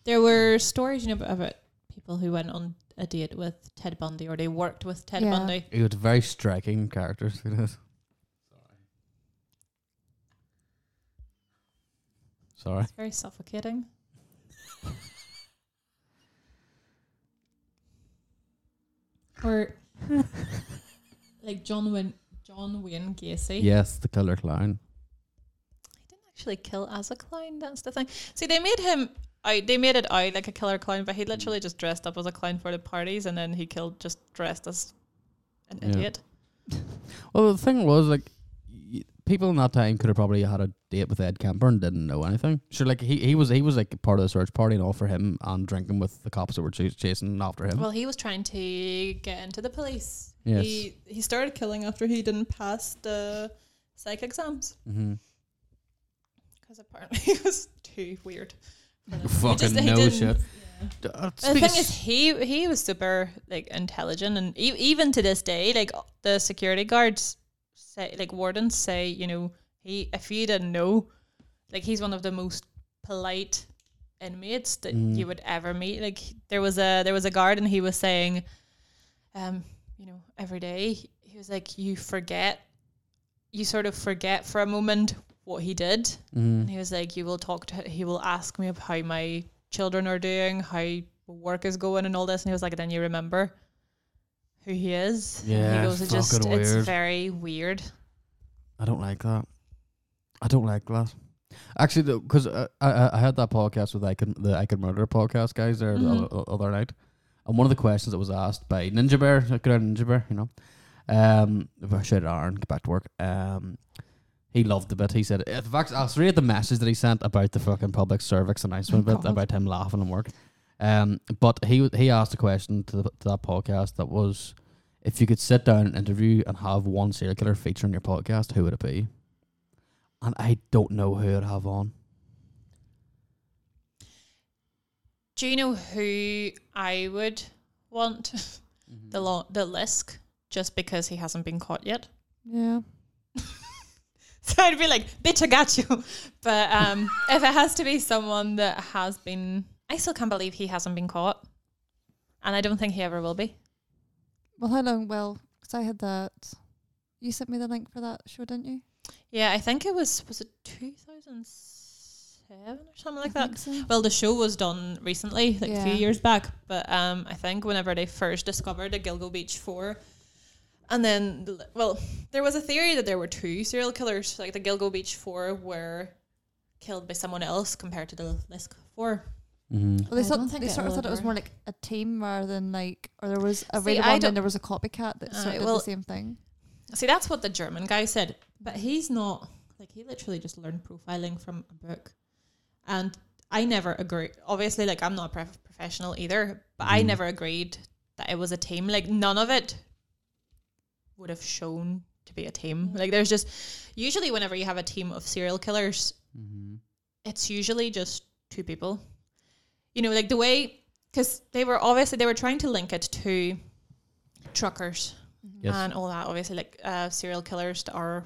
there were stories, you know, about people who went on a date with Ted Bundy or they worked with Ted Yeah. Bundy. It was very striking characters. It is. Sorry. It's very suffocating. or like John Wayne, John Wayne Gacy. Yes, the killer clown. actually kill as a clown. That's the thing. See, they made him. out they made it out like a killer clown, but he literally just dressed up as a clown for the parties, and then he killed just dressed as an Yeah. idiot. Well, the thing was, like, y- people in that time could have probably had a date with Ed Kemper and didn't know anything. Sure, like he, he was he was like part of the search party and all for him and drinking with the cops that were chas chasing after him. Well, he was trying to get into the police. Yes. He he started killing after he didn't pass the psych exams mm-hmm. because apparently he was too weird. for them. He Fucking he no didn't- shit. yeah. But the thing is, he he was super like intelligent, and e- even to this day, like the security guards say, like wardens say, you know, he if you didn't know, like he's one of the most polite inmates that Mm. you would ever meet. Like there was a there was a guard, and he was saying, um, you know, every day he was like, you forget, you sort of forget for a moment what he did, Mm-hmm. and he was like, "You will talk to. He will ask me of how my children are doing, how work is going, and all this." And he was like, "Then you remember who he is." And Yeah, he goes, it's "It just fucking weird." it's very weird." I don't like that. I don't like that. Actually, because uh, I- I I had that podcast with I can the I can murder podcast guys there the Mhm. other, other night, and one of the questions that was asked by Ninja Bear, good old Ninja Bear, you know, um, if I should Aaron get back to work, um, he loved the bit. He said, "If fact, I was read the message that he sent about the fucking public cervix Oh announcement bit God. about him laughing and work." Um, but he he asked a question to, the, to that podcast that was, if you could sit down and interview and have one serial killer feature on your podcast, who would it be? And I don't know who I'd have on. Do you know who I would want Mm-hmm. the lo- the Lisk just because he hasn't been caught yet? Yeah. So I'd be like, "Bitch, I got you." But um, if it has to be someone that has been, I still can't believe he hasn't been caught, and I don't think he ever will be. Well, how long? Well, 'cause I had that. You sent me the link for that show, didn't you? Yeah, I think it was was it two thousand seven or something like I that. think so. Well, the show was done recently, like a few Mm-hmm. Yeah. years back. But um, I think whenever they first discovered the Gilgo Beach Four, and then the- well, there was a theory that there were two serial killers. Like the Gilgo Beach Four were killed by someone else compared to the Lisk Four. Mm-hmm. Well, they, I sort, don't think they it sort of will thought it was ever. more like a team rather than like, or there was a See, real I one don't- and there was a copycat that sort Aye, of did well- the same thing. See, that's what the German guy said, but he's not like he literally just learned profiling from a book, and I never agreed. Obviously, like I'm not a prof- professional either, but I Mm. never agreed that it was a team. Like none of it would have shown to be a team. Like there's just usually whenever you have a team of serial killers, Mm-hmm. it's usually just two people. You know, like the way because they were obviously they were trying to link it to truckers Yes. and all that. Obviously, like uh, serial killers that are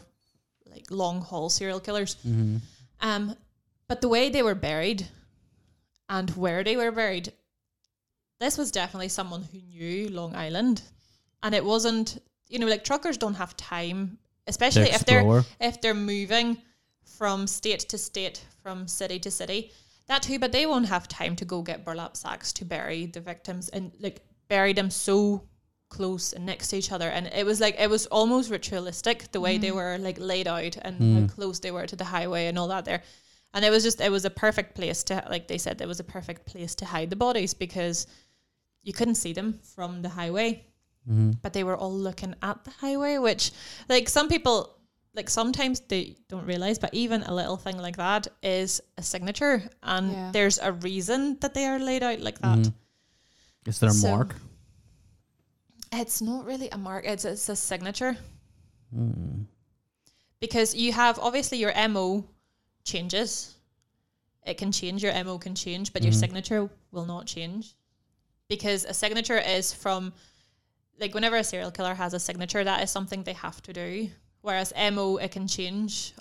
like long haul serial killers. mm-hmm. Um, but the way they were buried and where they were buried, this was definitely someone who knew Long Island, and it wasn't. You know, like truckers don't have time, especially if they're if they're moving from state to state, from city to city, that too, but they won't have time to go get burlap sacks to bury the victims and like bury them so close and next to each other and it was like it was almost ritualistic the way they Mm. were like laid out and Mm. how close they were to the highway and all that there and it was just it was a perfect place to like they said it was a perfect place to hide the bodies because you couldn't see them from the highway Mm-hmm. but they were all looking at the highway, which like some people like sometimes they don't realize, but even a little thing like that is a signature, and Yeah. there's a reason that they are laid out like that. Is there a So- mark? It's not really a mark; it's it's a signature Mm. because you have obviously your mo changes. It can change your mo can change, but your Mhm. signature will not change because a signature is from like whenever a serial killer has a signature, that is something they have to do. Whereas mo it can change.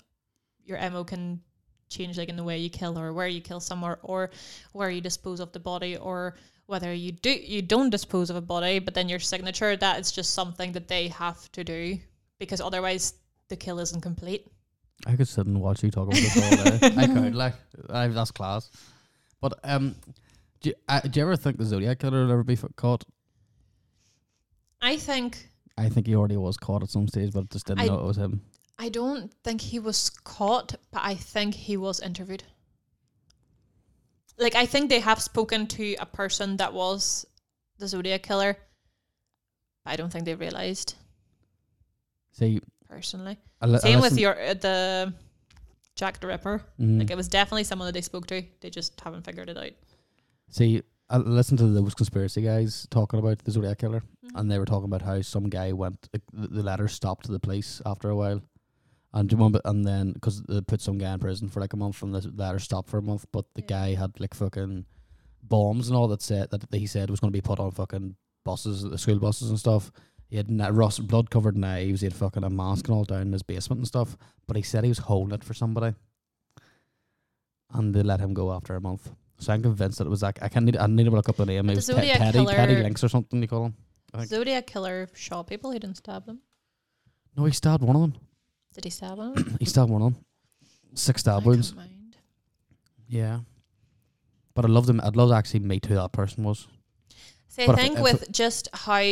Your mo can change like in the way you kill or where you kill somewhere or where you dispose of the body or whether you do you don't dispose of a body but then your signature that is just something that they have to do because otherwise the kill isn't complete I could sit and watch you talk about this all day. I could, like, I, that's class. But um, do you, uh, do you ever think the Zodiac killer will ever be f- caught? i think I think he already was caught at some stage, but just didn't I- know it was him. i don't think he was caught but i think he was interviewed like i think they have spoken to a person that was the zodiac killer i don't think they realized See, personally I li- I same with listened- your uh, the jack the ripper Mm. Like it was definitely someone that they spoke to. They just haven't figured it out. See, I listened to those conspiracy guys talking about the Zodiac killer, Mhm. and they were talking about how some guy went, like, the, the letter stopped to the police after a while, and do you remember? And then because they put some guy in prison for like a month, and the letter stopped for a month, but the Yeah. guy had like fucking bombs and all that said that he said was going to be put on fucking buses, the school buses and stuff. He had na- rust, blood covered knives. He had fucking a mask and all down in his basement and stuff. But he said he was holding it for somebody, and they let him go after a month. So I'm convinced that it was like I can need I need to look up the name. But It the was Te- Zodiac Teddy Teddy Killer- Links or something they call him. Like- Zodiac killer shot people. He didn't stab them. No, he stabbed one of them. Did he stab them? He stabbed one of them. Six I stab don't wounds. mind. Yeah. But I loved him. I'd love to actually meet who that person was. See, But I if- think if- with just how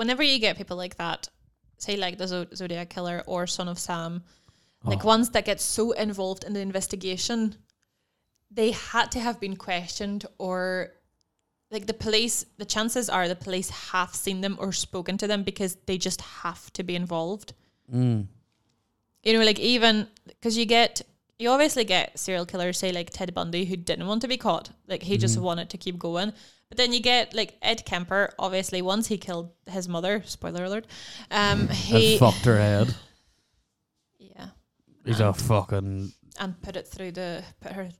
whenever you get people like that, say like the Zo- Zodiac killer or Son of Sam, like Oh. ones that get so involved in the investigation, they had to have been questioned or. Like the police, the chances are the police have seen them or spoken to them because they just have to be involved. Mm. you know, like even because you get you obviously get serial killers, say like Ted Bundy, who didn't want to be caught, like he just Mhm. wanted to keep going. But then you get like Ed Kemper, obviously once he killed his mother. Spoiler alert. Um, He he fucked her head. yeah, He's Um, a fucking. and put it through the put her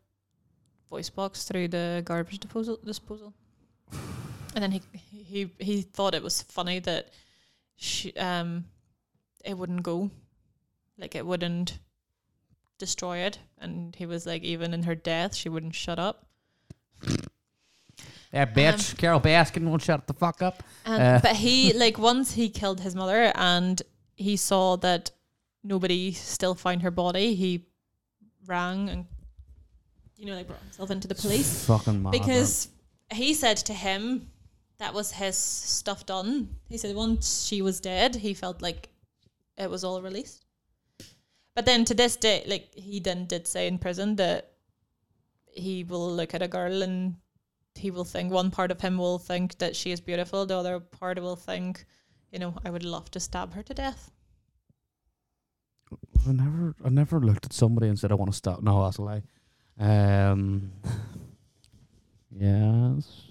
voice box through the garbage disposal disposal. And then he he he thought it was funny that she, um it wouldn't go, like it wouldn't destroy it. And he was like, even in her death, she wouldn't shut up. That um, bitch, Carol Baskin, won't shut the fuck up. And, Uh. But he like once he killed his mother and he saw that nobody still found her body. He rang and you know like brought himself into the police. Fucking mad. man. because he said to him that was his stuff done. He said once she was dead, he felt like it was all released. But then to this day, like he then did say in prison that he will look at a girl and he will think one part of him will think that she is beautiful, the other part will think, you know, I would love to stab her to death. I never, I never looked at somebody and said I want to stop. No, that's a lie. Um, yes,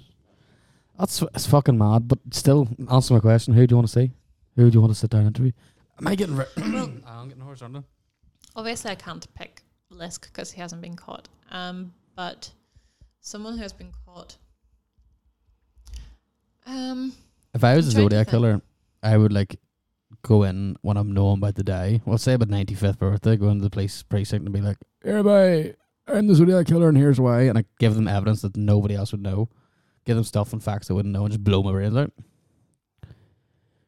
that's it's fucking mad. But still, answer my question: Who do you want to see? Who do you want to sit down and interview? Am I getting? Ri- I'm getting horizontal. Obviously, I can't pick Lisk because he hasn't been caught. Um, but someone who has been caught. Um, If I was a I'm trying to Zodiac think. killer, I would like go in when I'm knowing about the day. Well, say about ninety fifth birthday, go into the police precinct and be like, "Everybody, I'm the Zodiac killer, and here's why." And I give them evidence that nobody else would know. Give them stuff and facts they wouldn't know, and just blow my brains out.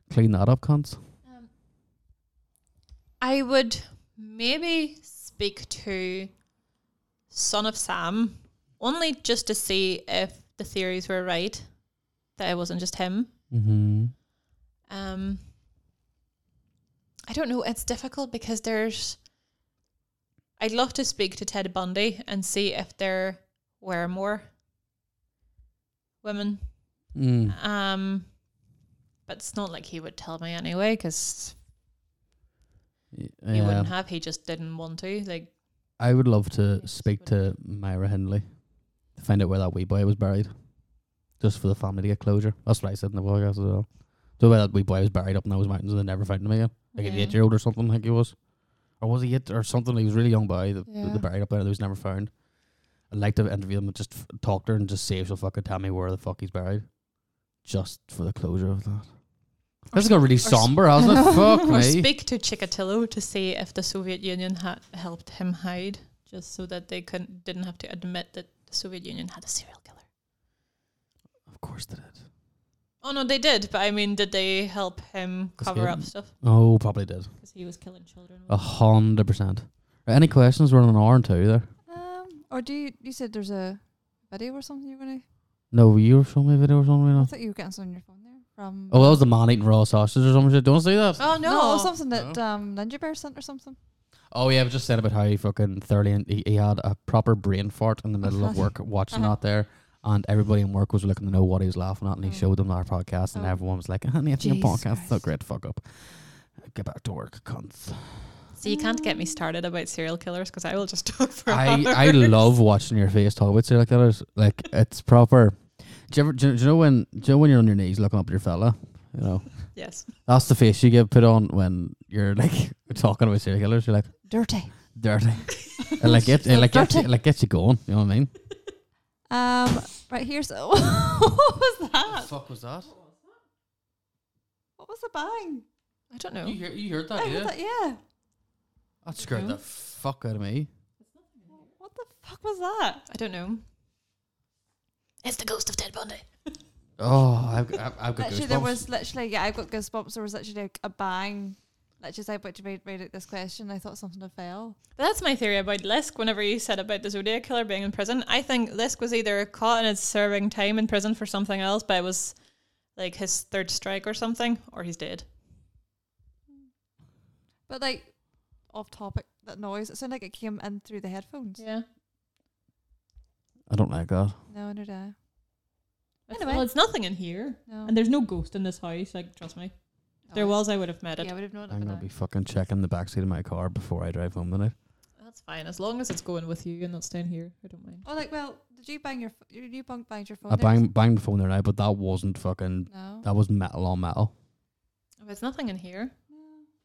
Clean that up, cunts. um, I would maybe speak to Son of Sam only just to see if the theories were right that it wasn't just him. Mm-hmm. Um, I don't know. It's difficult because there's. I'd love to speak to Ted Bundy and see if there were more women. Mm. Um, but it's not like he would tell me anyway because Yeah. he wouldn't have. He just didn't want to. Like, I would love to Yeah, speak that's to Myra Hindley to find out where that wee boy was buried, just for the family to get closure. That's what I said in the podcast as well. So where that wee boy was buried up in those mountains and they never found him again, like an Yeah. eight-year-old or something, I think he was, or was he eight or something? He was a really young boy that that Yeah. they buried up there that was never found. I'd like to interview him and just f- talk to her and just see if she'll fucking tell me where the fuck he's buried, just for the closure of that. This has got really sp- somber, hasn't it? Fuck or me. speak to Chikatilo to see if the Soviet Union ha- helped him hide, just so that they couldn't didn't have to admit that the Soviet Union had a serial killer. Of course they did. Oh no, they did, but I mean, did they help him Escape. cover up stuff Oh, probably did. because he was killing children? A hundred percent. Right, any questions? We're on an hour and two there. Um, or do you? You said there's a video or something you're gonna. No, you were showing me a video or something right I now. thought you were getting something on your phone there from. Oh, that was the man eating raw sausage or something. Don't see that. Oh no, no! something that um Ninja Bear sent or something. Oh yeah, I was just saying about how he fucking thoroughly and he, he had a proper brain fart in the middle of work watching Uh-huh. that there. And everybody in work was looking to know what he was laughing at, and he Oh. showed them our podcast, and Oh. everyone was like, "Honey, it's your Jesus podcast, so Christ. great, fuck up, get back to work, cunts." So you can't get me started about serial killers because I will just talk for I I hours. love watching your face talk about serial killers. Like it's proper. Do you ever? Do you, do you know when? Do you know when you're on your knees looking up at your fella? You know, Yes, That's the face you get put on when you're like talking about serial killers. You're like Dirty. dirty, and like it, and like gets, you- Dirty. like gets you going. You know what I mean? Um, right here's what was that? fuck was that? What was the bang? I don't know. hear, you heard I was like, yeah. That scared the fuck out of me. What the fuck was that? I don't know. It's the ghost of Ted Bundy. Oh, I've, I've, I've got Literally, goosebumps. there was literally yeah, I got goosebumps. There was literally like a bang. Let's just about to read, read out this question. I thought something had fell. But that's my theory about Lisk. Whenever you said about the Zodiac killer being in prison, I think Lisk was either caught and is serving time in prison for something else, but it was like his third strike or something, or he's dead. But like off topic, that noise. It sounded like it came in through the headphones. Yeah. I don't like that. No, no, no. Anyway. Anyway. Well, it's nothing in here, no. and there's no ghost in this house. Like, trust me. If there Oh, was, I would have met it. Yeah, I would have known. it I'm by gonna now. be fucking checking the backseat of my car before I drive home tonight. That's fine, as long as it's going with you and not staying here. I don't mind. Oh, like well, did you bang your ph- you you bang banged your phone? I there or banged banged the phone there now, but that wasn't fucking. something? No. That was metal on metal. If it's nothing in here,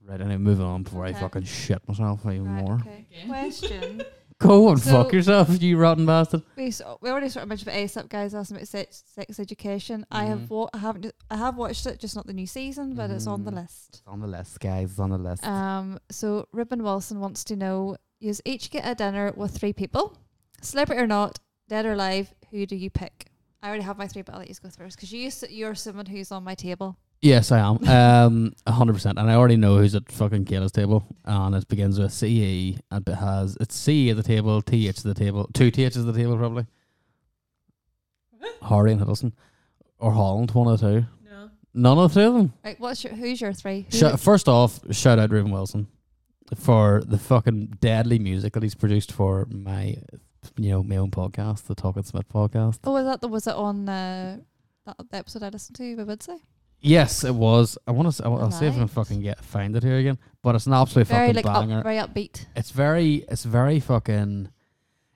Right, anyway, moving on before I Okay. fucking shit myself even Right, more. okay. Okay. Question. Go and So- fuck yourself, you rotten bastard. We so we already sort of mentioned about ASAP guys asking about sex, sex education. I Mhm. have wa- I haven't I have watched it, just not the new season, but it's on the Mhm. list. It's on the list, guys. It's on the list. Um, so Ruben Wilson wants to know: You each get a dinner with three people, celebrity or not, dead or alive. Who do you pick? I already have my three, but I'll let you go first because you used to- you're someone who's on my table. Yes, I am. Um, a hundred percent, and I already know who's at fucking Kayla's table. And it begins with CE, and it has it's CE at the table, TH at the table, two THs at the table probably. Harry and Hiddleston, or Holland, one of the two. no. None of the two of them. Right, what's your who's your three? Who Sh- first off, shout out Ruben Wilson for the fucking deadly music that he's produced for my, you know, my own podcast, the Talking Smith podcast. oh, was that the was it on uh, that the episode I listened to? We would say Yes, it was. I want to. I'll, I'll see if I can Right. fucking get find it here again. But it's an absolute very fucking like up, banger. very upbeat. It's very, it's very fucking,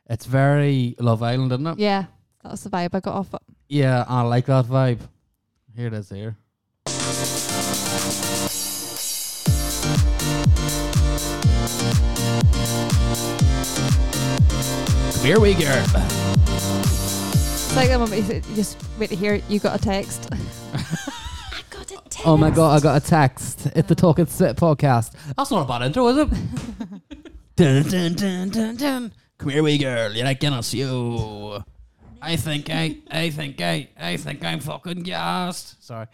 it's very Love Island, isn't it? Yeah, that was the vibe I got off it. Yeah, I like that vibe. Here it is. Here. Here we go. It's like the moment you said- you just wait to hear it, you got a text. I got it. Oh my god, I got a text. It's the Talking Spit podcast. That's not a bad intro, is it? dun, dun, dun, dun, dun. Come here, wee girl. You're like us, you. I think I, I think I, I think I'm fucking gassed. Sorry.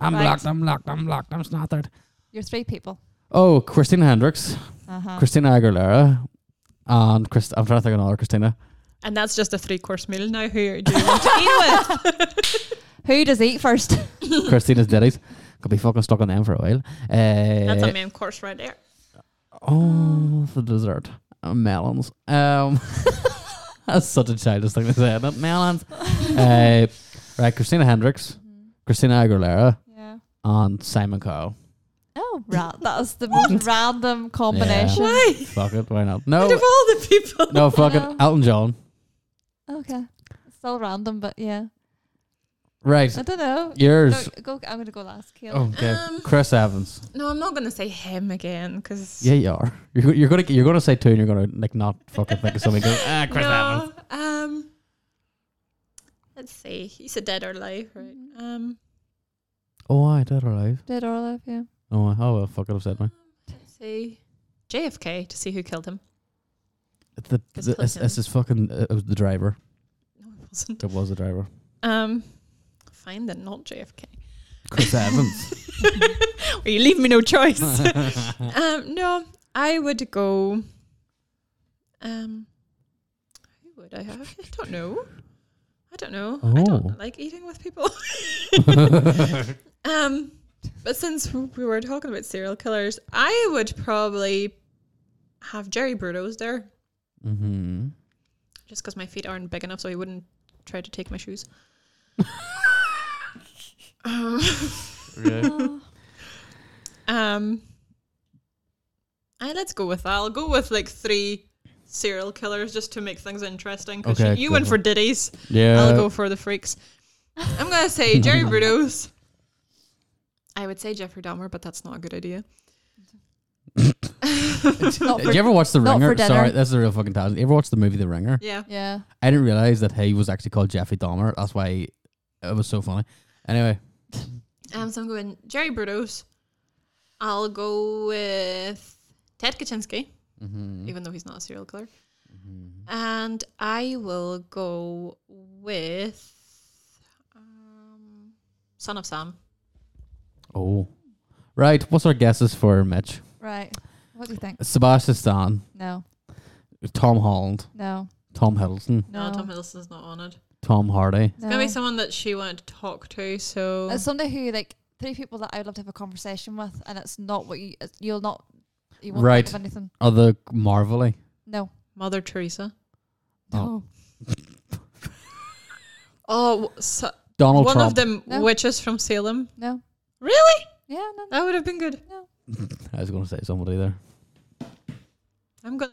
I'm Right. locked, I'm locked, I'm locked, I'm snothered. You're three people. Oh, Christina Hendricks, Uh huh. Christina Aguilera, and Chris, I'm trying to think of another Christina. And that's just a three course meal now. Eh. Who do you want to eat with? Who does eat first? Christina's ditties. Could be fucking stuck on them for a while. Uh, That's a main course right there. Oh, the dessert. Uh, melons. Um, that's such a childish thing to say, isn't it? Melons. uh, right, Christina Hendricks, Christina Aguilera, Yeah. and Simon Cowell. Oh, rat. That's the most random combination. Why? Fuck it, why not? Out No, of all the people. Oh. no, fuck it. No. Elton John. Okay. It's still random, but yeah. Right, I don't know. yours. Go, go, I'm going to go last, Kayla. Oh, okay. Um, Chris Evans. No, I'm not gonna say him again because Yeah, you are. You're, go- you're gonna you're gonna say two, and you're gonna like not fucking think of something. Go, ah, Chris Evans. no. Um, let's see. He's a dead or alive, right? Um, Oh, I did alive. Dead or alive, yeah. Oh, I- oh well, fuck it, I've said mine. let's see. JFK to see who killed him. The, It's the, it's, Clinton. it's his fucking. uh, It was the driver. No, it wasn't. It was the driver. Um, fine then, not JFK. Chris Evans. well, you leave me no choice. um, no, I would go. Um, who would I have? I don't know. I don't know. I Oh. don't like eating with people. um, but since we were talking about serial killers, I would probably have Jerry Brutos there, mm-hmm. just because my feet aren't big enough, so he wouldn't try to take my shoes. um, Oh, Um, I let's go with that. I'll go with like three serial killers just to make things interesting. 'cause Okay, Uh, you, you good went for one. ditties. Yeah. I'll go for the freaks. I'm gonna say Jerry Brudos. I would say Jeffrey Dahmer, but that's not a good idea. not Did for- you ever watch The not for Ringer? dinner. Sorry, that's a real fucking tangent. You ever watch the movie The Ringer? Yeah. yeah. I didn't realize that he was actually called Jeffrey Dahmer. That's why it was so funny. Anyway, Um, so I'm going Jerry Brudos. I'll go with Ted Kaczynski, even though he's not a serial killer. mm-hmm. And I will go with um, Son of Sam. oh, right. What's our guesses for Mitch? Right. What do you think? Sebastian Stan, No. Tom Holland, No. Tom Hiddleston, No, No. Tom Hiddleston's not on it. Tom Hardy. It's gonna No. be someone that she wanted to talk to. So It's somebody who like three people that I would love to have a conversation with, and it's not what you it's- you'll not you won't Right. think of anything. Other Marvelly. No, Mother Teresa. Oh. Oh, so, Donald one Trump. of them No. witches from Salem. no, Really? yeah, no, no. That would have been good. I was going to say somebody there. I'm gonna.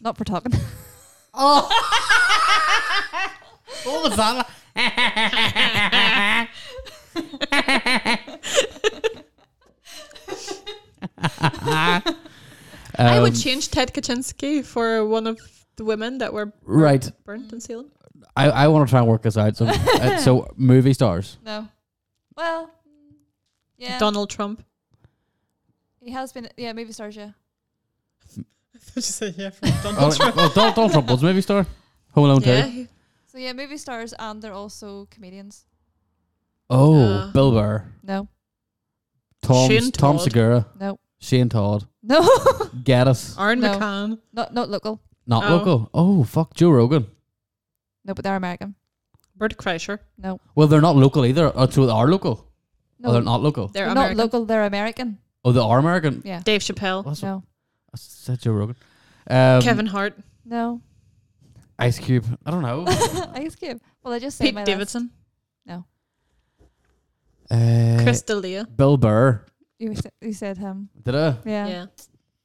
not for talking. oh, what was that? I would Um, change Ted Kaczynski for one of the women that were right. burnt in Salem. Um, I, I want to try and work this out. So, uh, so movie stars. no, well, mm, yeah, Donald Trump. he has been. Yeah, movie stars. Yeah, yeah, Oh, well, Donald, Donald Trump was a movie star. Home Alone Yeah. 2. he- so yeah, movie stars, and they're also comedians. Oh, Uh. Bill Burr. No, Tom, Shane Tom Todd. Segura. no, Shane Todd. no, Geddes. Aaron No. McCann. not not local. Not Oh. local. Oh, fuck. Joe Rogan. No, but they're American. Bert Kreischer. No, Well, they're not local either. Oh, so they are local. no, Oh, they're not local. They're they're not American. local. They're American. oh, they are American. Yeah, Dave Chappelle. What's no, I said Joe Rogan. Um, Kevin Hart. no, Ice Cube. I don't know. Ice Cube. Well, I just said Pete my list. Davidson. uh, Chris D'Elia. Bill Burr. You, said- you said him. Did I? Yeah. Yeah.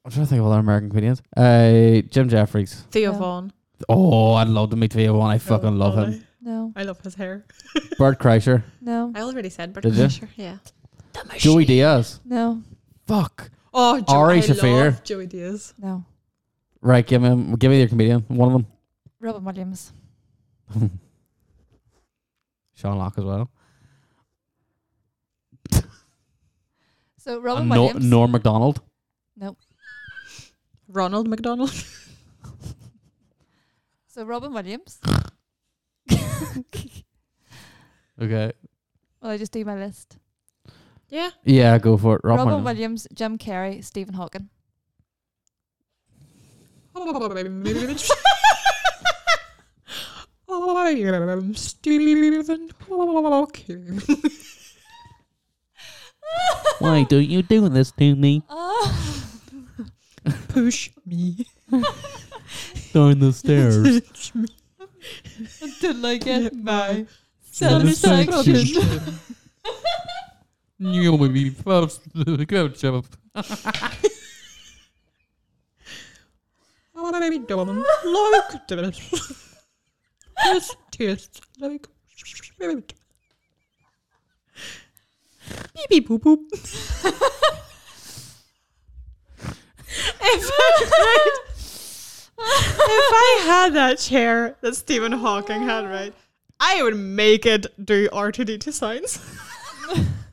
I'm trying to think of other American comedians. Uh, Jim Jeffries. Theo No. Vaughn. Oh, I'd love to meet Theo Vaughn. Oh, I fucking love him. No. I love his hair. Bert Kreischer. No. I already said Bert Did you? Kreischer. Yeah. Joey Diaz. No. Fuck. Oh, Joey, Ari I Shaffir. love Joey Diaz. No. Right, give him. Give me your comedian. One of Robin Williams. them. Sean Locke as well. So Robin and Williams. no, Norm Macdonald. Ronald McDonald. So Robin Williams. Okay. Well, I just do my list. yeah. Yeah, go for it. Rob Robin Williams. Williams, Jim Carrey, Stephen Hawking. I am Stephen Hawking. Why do you do this to me? Oh. Push me. Down the stairs. Push me. Until I get my Satisfaction. satisfaction. you will be first to the couch up. I don't like this. This tastes like shit. Beep beep boop boop. if, I, right, if I had that chair that Stephen Hawking had, right, I would make it do R2D2 signs.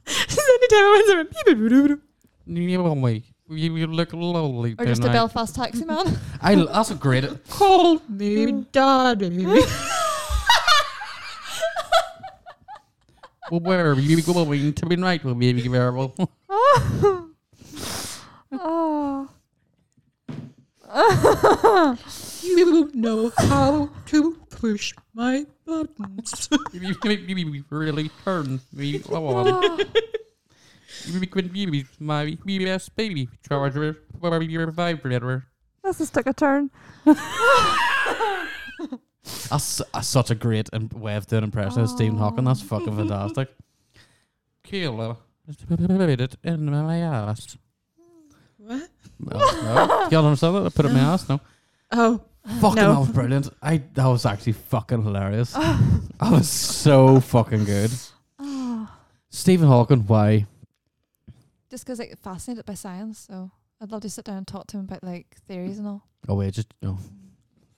Just anytime I went somewhere, beep beep boop boop. You look lovely Or just a Belfast taxi man. I, that's a great. Call me daddy. Well, where are you going to be right with baby variable? oh. You know how to push my buttons. You really turn me on. Oh. You can be my best baby charger, vibrator. This has took a turn. That's, that's such a great im- way of doing impression of Stephen Hawking. That's fucking fantastic. Killer put it in my ass. What? No, no. You understand that? I put it in my ass. No. Oh, Fucking No. that was brilliant. I that was actually fucking hilarious. I was so fucking good. Oh. Stephen Hawking, why? Just because like fascinated by science, so I'd love to sit down and talk to him about like theories and all. Oh wait, just no.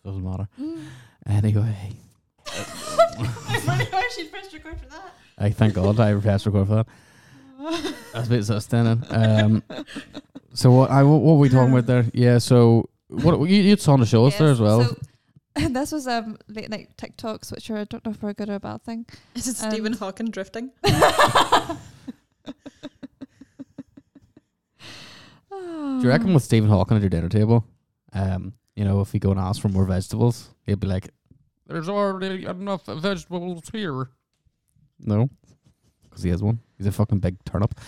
Doesn't matter. Anyway. I wonder why she pressed record for that. I thank God I pressed record for that. That's a bit stunning. Um, so what I what, what were we talking about there? Yeah, so what you you saw on the show us there as well. So this was um late night TikToks, which are I don't know if are a good or a bad thing. Is it Um, Stephen Hawking drifting? Do you reckon with Stephen Hawking at your dinner table, um, you know, if you go and ask for more vegetables, he'd be like, "There's already enough vegetables here." No, because he has one. He's a fucking big turnip.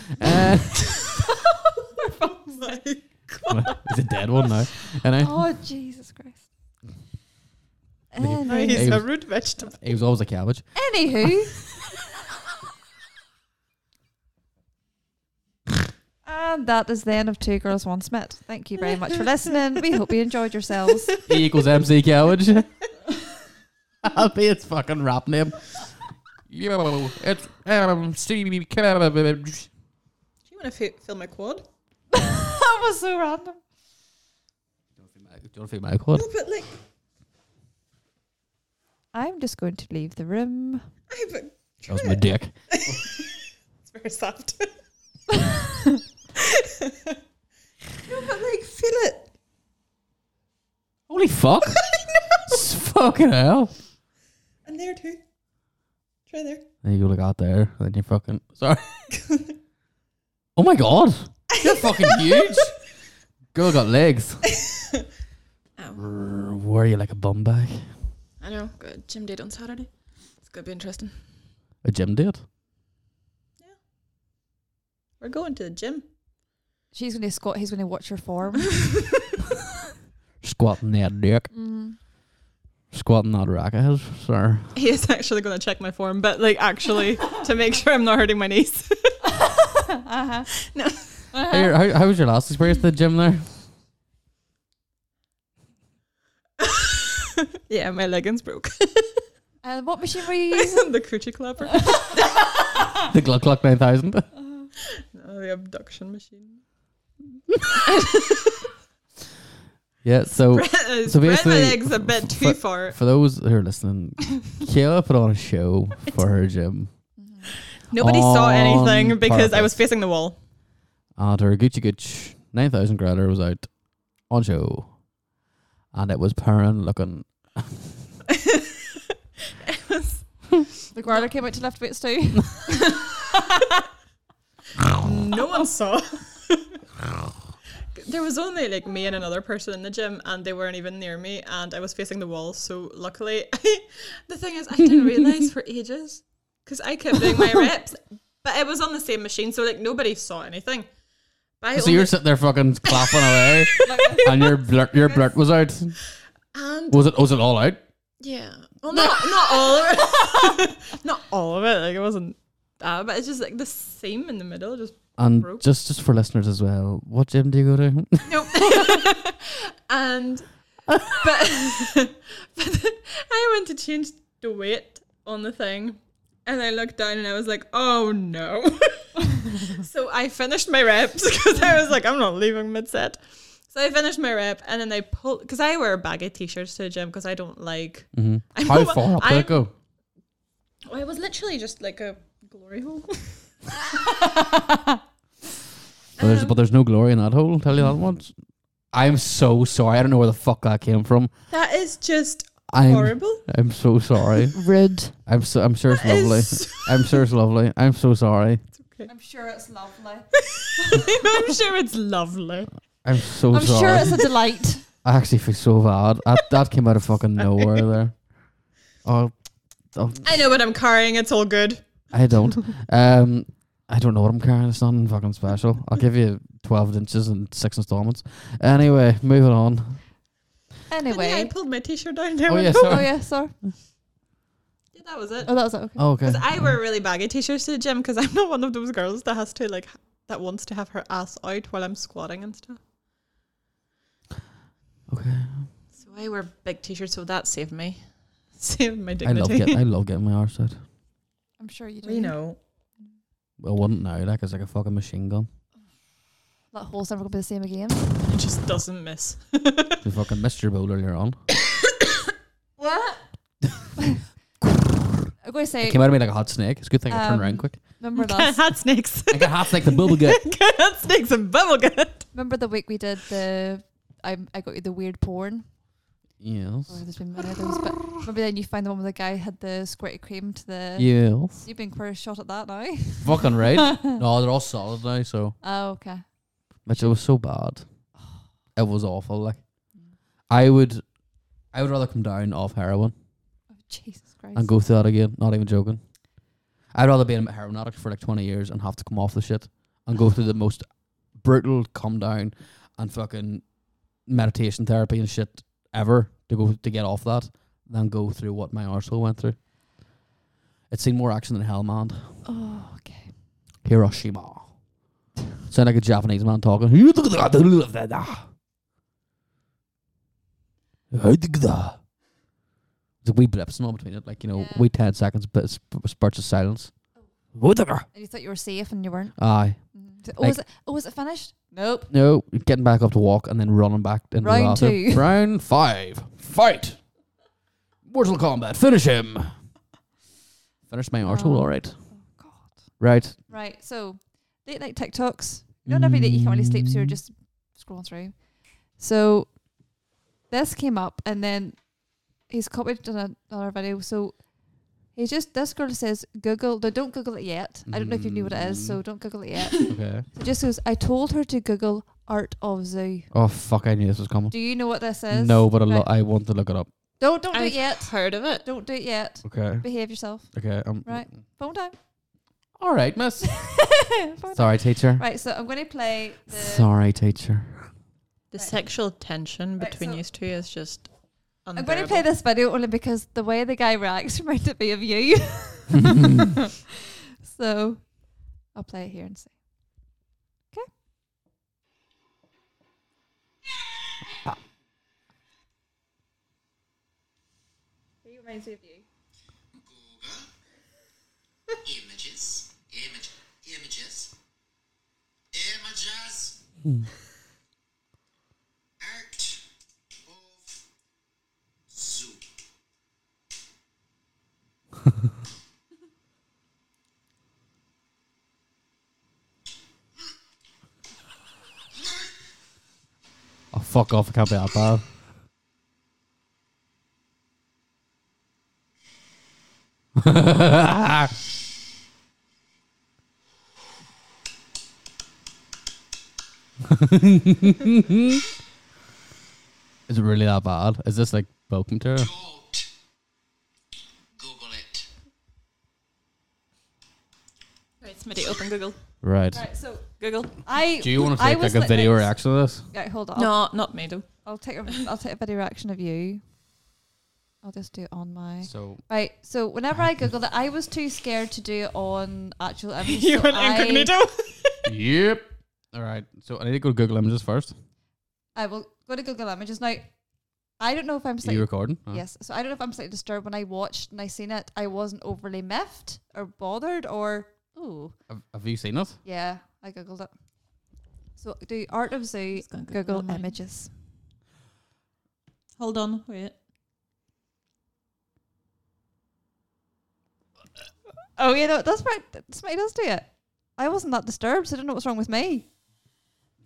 Uh, Oh he's a dead one now. And I, Oh Jesus Christ. No, Anywho. No, he's It a was- rude vegetable. he was always a cabbage. Anywho. And that is the end of Two Girls One Smith. Thank you very much for listening. We hope you enjoyed yourselves. E equals MC cabbage. I'll be its fucking rap name. Yo, it's um Stevie Cabbage. Do you want to f- film a quad? that was so random. Do you want to my code? No, but like, I'm just going to leave the room. I but That was my dick. it's very soft. no, but like, feel it. Holy fuck! S- fucking hell. And there too. Try there. Then you look out there, and then you fucking sorry. oh my god, you're fucking huge. Girl got legs. Brr, Wore you like a bum bag. I know. Good gym date on Saturday. It's gonna be interesting. A gym date. We're going to the gym. She's going to squat. He's going to watch her form. Squatting that dick. Mm. Squatting that rack of his, sir. He is actually gonna check my form, but like actually to make sure I'm not hurting my knees. Uh-huh. Uh. Here, how, how was your last experience at the gym there? yeah, my leggings broke. And what machine were you using? the coochie clapper. The Gluck Gluck 9000. No, Oh, the abduction machine. Yeah, Oh, so so my basically, legs a bit too for- far. for those who are listening, Kayla put on a show for her gym Mm-hmm. Nobody saw anything on because I was purpose. facing the wall. and her Gucci Gooch 9000 grinder was out on show and it was purring looking. The guarder came out to lift weights too. no one saw. there was only like me and another person in the gym and they weren't even near me and I was facing the wall so luckily the thing is I didn't realize for ages because I kept doing my reps but it was on the same machine so like nobody saw anything but I So you're only- sitting there fucking clapping away, and your blurt, your blurt was out. and Was it? Was it all out? yeah well not, not all of it not all of it like it wasn't that but it's just like the seam in the middle just And Broke. just just for listeners as well, what gym do you go to? Nope. and but, but I went to change the weight on the thing, and I looked down and I was like, "Oh no!" so I finished my reps because I was like, "I'm not leaving mid set." So I finished my rep, and then I pulled because I wear baggy t-shirts to the gym because I don't like. Mhm. I'm How not- far up did I'm- it go? Oh, it was literally just like a glory hole. But there's, um, but there's no glory in that hole. Tell you that once. I'm so sorry. I don't know where the fuck that came from. That is just I'm horrible. I'm so sorry. Rude. I'm so I'm sure it's That is lovely. so- I'm sure it's lovely. I'm so sorry. I'm sure it's lovely. I'm sure it's lovely. I'm so I'm sorry. sure it's a delight. I actually feel so bad. That, that came out of fucking nowhere there. Oh, oh, I know what I'm carrying. It's all good. I don't. Um, I don't know what I'm carrying. It's nothing fucking special. I'll give you twelve inches and six installments. Anyway, moving on. And yeah, I Anyway. pulled my t-shirt down there. Oh, and yeah, boom. Oh sorry. yeah, sorry. Yeah, that was it. Oh, that was it, okay. Oh, okay. Because I wear really baggy t-shirts to the gym because I'm not one of those girls that has to like h- that wants to have her ass out while I'm squatting and stuff. Okay. So I wear big t-shirts, so that saved me, saved my I dignity. love getting. I love getting my arse out. I'm sure you do. we know. Well, wouldn't now? Like it's like a fucking machine gun. That hole's never gonna be the same again. It just doesn't miss. You fucking missed your bowl earlier on. what? I'm gonna It say came out of me like a hot snake. It's a good thing I turned around Um, quick. remember I last had snakes. Like a hot snake, the bubble gut. I had snakes and bubblegum. remember the week we did the I I got you the weird porn. Oh, Yes. there's been many of those, but remember then you find the one where the guy had the squirty cream to the Yes. you've been quite a shot at that now. Fucking right. No, they're all solid now. So. Oh, okay. Mitch, it was so bad. It was awful. Like, I would, I would rather come down off heroin Oh, Jesus Christ. and go through that again. Not even joking. I'd rather be a heroin addict for like twenty years and have to come off the shit and go through the most brutal come down and fucking meditation therapy and shit ever to go to get off that than go through what my arsehole went through. It seen more action than hell, man. Oh, okay. Hiroshima. Sound like a Japanese man talking. It's a wee blips and all between it, like you know, Yeah. wee ten seconds, but sp- spurts of silence. And you thought you were safe and you weren't. Aye, Mhm. Mm. Oh, Like- was it? Oh, was it finished? Nope. no, getting back up to walk and then running back into Round the bathroom. two. Round five, fight, Mortal Kombat, finish him. Finish my arsehole, Oh. all right, God. right. Right. So late night TikToks. You know, every day you can't really sleep, so you're Mm. just scrolling through. So this came up, and then he's copied on a- another video. So he's just this girl says Google. No, don't Google it yet. I don't know if you knew what it is, so don't Google it yet. Okay. so just goes. I told her to Google art of zoo. Oh fuck! I knew this was coming. Do you know what this is? No, but I, lo- Right. I want to look it up. Don't don't do I've it yet. heard of it. Don't do it yet. Okay. Behave yourself. Okay. Um, Right. Phone time. All right, miss. Phone time. Sorry, teacher. Right. So I'm going to play the. Sorry, teacher. The Right. sexual tension Right, between so- you two is just. I'm Unbearable. going to play this video only because the way the guy reacts reminded me of you. so I'll play it here and see. Okay. He reminds me of you. images, image, images, images, art of zoo. Oh, fuck off. I can't be that bad. Is it really that bad? Is this like welcome to her? Don't Google it. Right, Smitty, open Google. Right. Right, so Google. I Do you want to I take was like a lit- video like- reaction of this? Yeah, hold on. No, not me though. I'll take a, I'll take a video reaction of you. I'll just do it on my So right. So whenever I googled it, I was too scared to do it on actual image. You so went I- incognito. yep. All right. So I need to go to Google Images first. I will go to Google Images now. I don't know if I'm Are you slightly recording? Huh? yes. So I don't know if I'm slightly disturbed when I watched and I seen it. I wasn't overly miffed or bothered or ooh Have, have you seen it? yeah. I googled it. So do art of zoo Just gonna Google mine. images. Hold on, wait. Oh yeah, no, that's right. That's right. Does do it. I wasn't that disturbed, so I don't know what's wrong with me.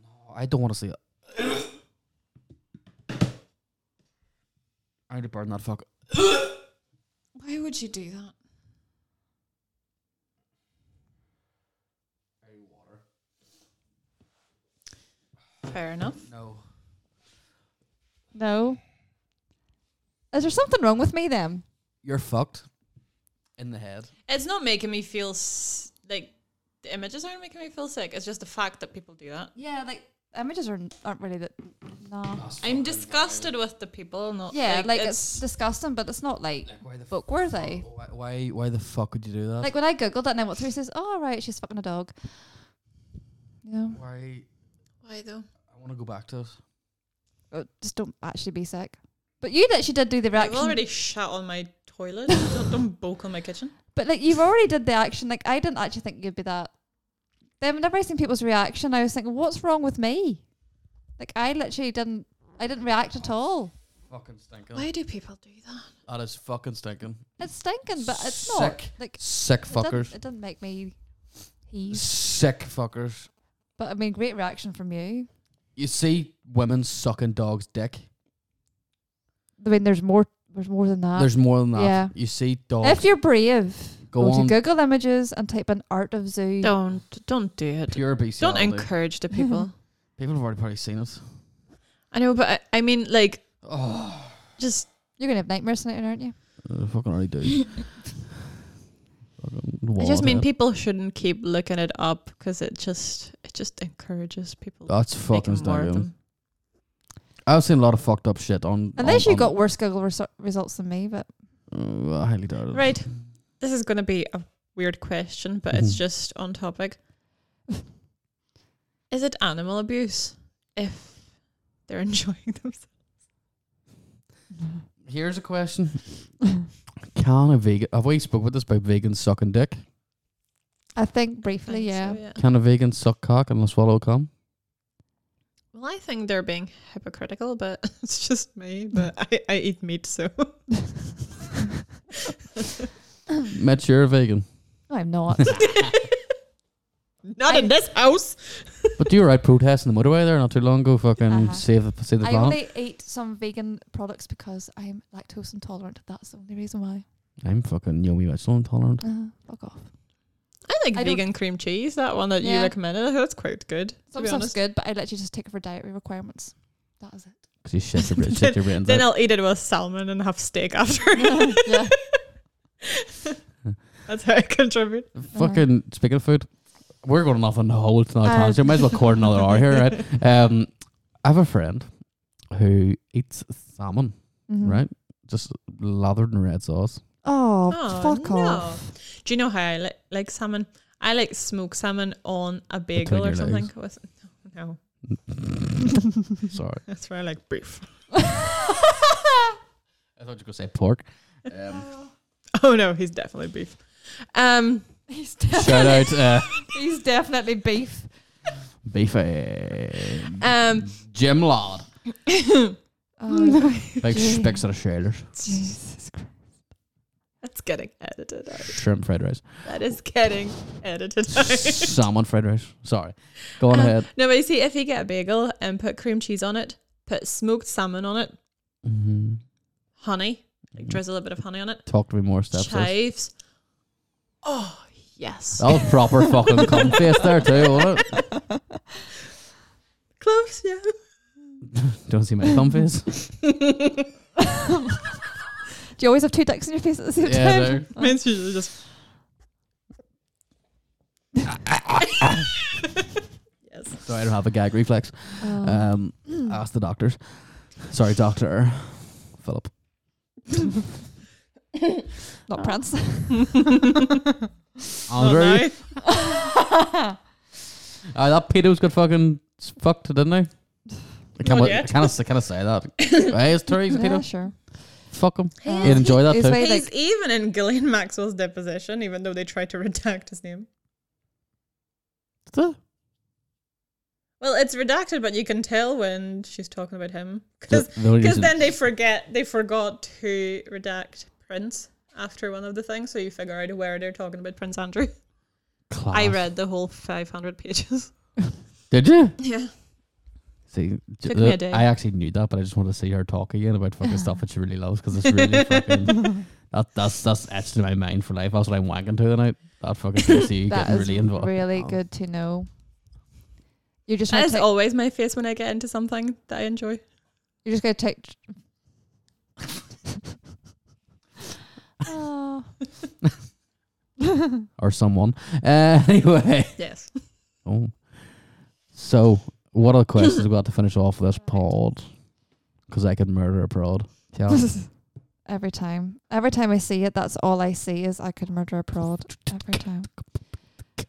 Oh, I don't want to see it. I need to burn that fuck. Why would you do that? Fair enough. No. No. Is there something wrong with me then? You're fucked in the head. It's not making me feel s- like the images aren't making me feel sick. It's just the fact that people do that. Yeah, like images are, aren't really that. No. I'm disgusted with the people. Not Yeah, like, it's, it's, disgusting, but it's not like Why the book worthy. Why, why? Why the fuck would you do that? Like when I googled that and I went through, it says, "Oh right, she's fucking a dog." Yeah, why? why though? I want to go back to it. Oh, just don't actually be sick. But you actually did do the I've reaction. already shat on my toilet. don't, don't bulk on my kitchen. But like you've already did the action. Like I didn't actually think you'd be that. Then whenever I seen people's reaction, I was thinking, what's wrong with me? Like I literally didn't. I didn't react at all. Fucking stinking. Why do people do that? That is fucking stinking. It's stinking, but it's Sick. not like Sick it doesn't- fuckers. It doesn't make me heave. Sick fuckers. But I mean, great reaction from you. You see women sucking dogs' dick. I mean, there's more. There's more than that. There's more than that. yeah. You see if dogs. you're brave, Go go, on. to Google Images and type in art of zoo. Don't don't do it. Pure Don't bestiality. encourage the people. People have already probably seen it. I know, but I, I mean, like, Oh, just You're gonna have nightmares tonight, aren't you? I fucking already do. Fucking I just mean wallet. people shouldn't keep looking it up because it just it just encourages people. to That's make fucking more of stinking. them. I've seen a lot of fucked up shit on. Unless on, you on- got worse Google resu- results than me, but Uh, I highly doubt it. Right. This is going to be a weird question, but it's Mhm. just on topic. is it animal abuse if they're enjoying themselves? Here's a question: Can a vegan? Have we spoke about this about vegans sucking dick? I think I briefly, think so, yeah. Can a vegan suck cock and swallow cum? Well, I think they're being hypocritical, but it's just me. But I, I eat meat, so Mitch, you're a vegan, No, I'm not. not in this house. but you were out protesting the motorway there not too long ago. Fucking Uh-huh. save the save the I planet. only eat some vegan products because I'm lactose intolerant. That's the only reason why. I'm fucking yummy vegetable intolerant. Uh, fuck off. I like I don't- vegan cream cheese. That one that you Yeah. recommended, I think that's quite good. to Some be stuff's honest. good, but I literally just take it for dietary requirements. That is it. Cause you shit your, bra- shit your brains Then out. I'll eat it with salmon and have steak after. yeah. That's how I contribute. Uh-huh. Fucking speaking of food, we're going off on the whole another Uh-huh. Uh. tangent. Might as well record another hour here, right? Um, I have a friend who eats salmon, Hmm. Mhm. right? Just lathered in red sauce. Oh, Oh, fuck no. off. Do you know how I li- like salmon? I like smoked salmon on a bagel or your something. legs. With, no, no, Sorry, that's where I like beef. I thought you were gonna say pork. Um, Oh no, he's definitely beef. Um, he's, Shout out uh, he's definitely beef. beefy um, Jim Lard. Oh, Big Jim. spicks out of shredders, Jesus Christ. that's getting edited. out. shrimp fried rice, That is getting edited. out. salmon fried rice. Sorry, go on Um, ahead. No, but you see, if you get a bagel and put cream cheese on it, put smoked salmon on it, Mhm. honey, like drizzle a bit of honey on Mm-hmm. it, Talk to me more steps. sis. chives. Oh yes. That was proper fucking cum face there too, wasn't it? Close, yeah. Don't see my thumb face. Do you always have two dicks in your face at the same yeah, time? there. Mine's usually just. yes. Sorry, I don't have a gag reflex. Oh. Um, ask the doctors. Sorry, doctor Philip. Not prance. Andrew, uh, that pedo's got fucking s- fucked, didn't he? I can't. Not wa- I yet. kind of. I kind of say that. hey, it's true. He's a yeah, pedo. sure. Fuck him. He is- He'd enjoy that he's too. very- He's like- even in Gillian Maxwell's deposition, even though they tried to redact his name. Duh. Well, it's redacted, but you can tell when she's talking about him The- because the only reason- then they forget they forgot to redact Prince after one of the things, so you figure out where they're talking about Prince Andrew. I Class. read the whole five hundred pages. Did you? Yeah, See, j- Took me a the- day. I actually knew that, but I just want to see her talk again about fucking stuff that she really loves because it's really fucking. That, that's that's etched in my mind for life. That's what I'm wanking to tonight. That fucking JC That getting is really really, involved. good to know. You're just that gonna is take, always my face when I get into something that I enjoy. you're just gonna take. oh, or someone. Uh, anyway, Yes, oh. so what other questions we got to finish off this pod? Because I could murder a prod. Yeah. every time, every time I see it, that's all I see is I could murder a prod. Every time.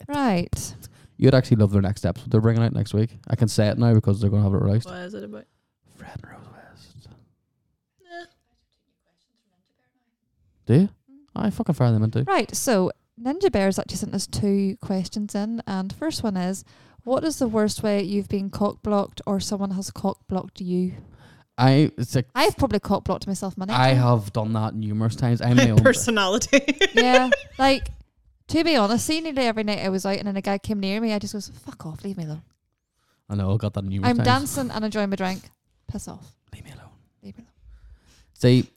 Right. You'd actually love their next steps. What they're bringing out next week. I can say it now because they're gonna have it released. what is it about? Fred and Rose West. Eh. Do Mm. you? I fucking fire them into. Right, so Ninja Bear's actually sent us two questions in, and first one is, what is the worst way you've been cock blocked or someone has cock blocked you? I it's like I've probably cock blocked myself many I times. have done that numerous times. I'm my My own personality. Yeah, like to be honest, see nearly every night I was out, and then a guy came near me. I just goes, "Fuck off, leave me alone. I know I got that numerous I'm times. dancing and enjoying my drink. Piss off, Leave me alone. leave me alone." See,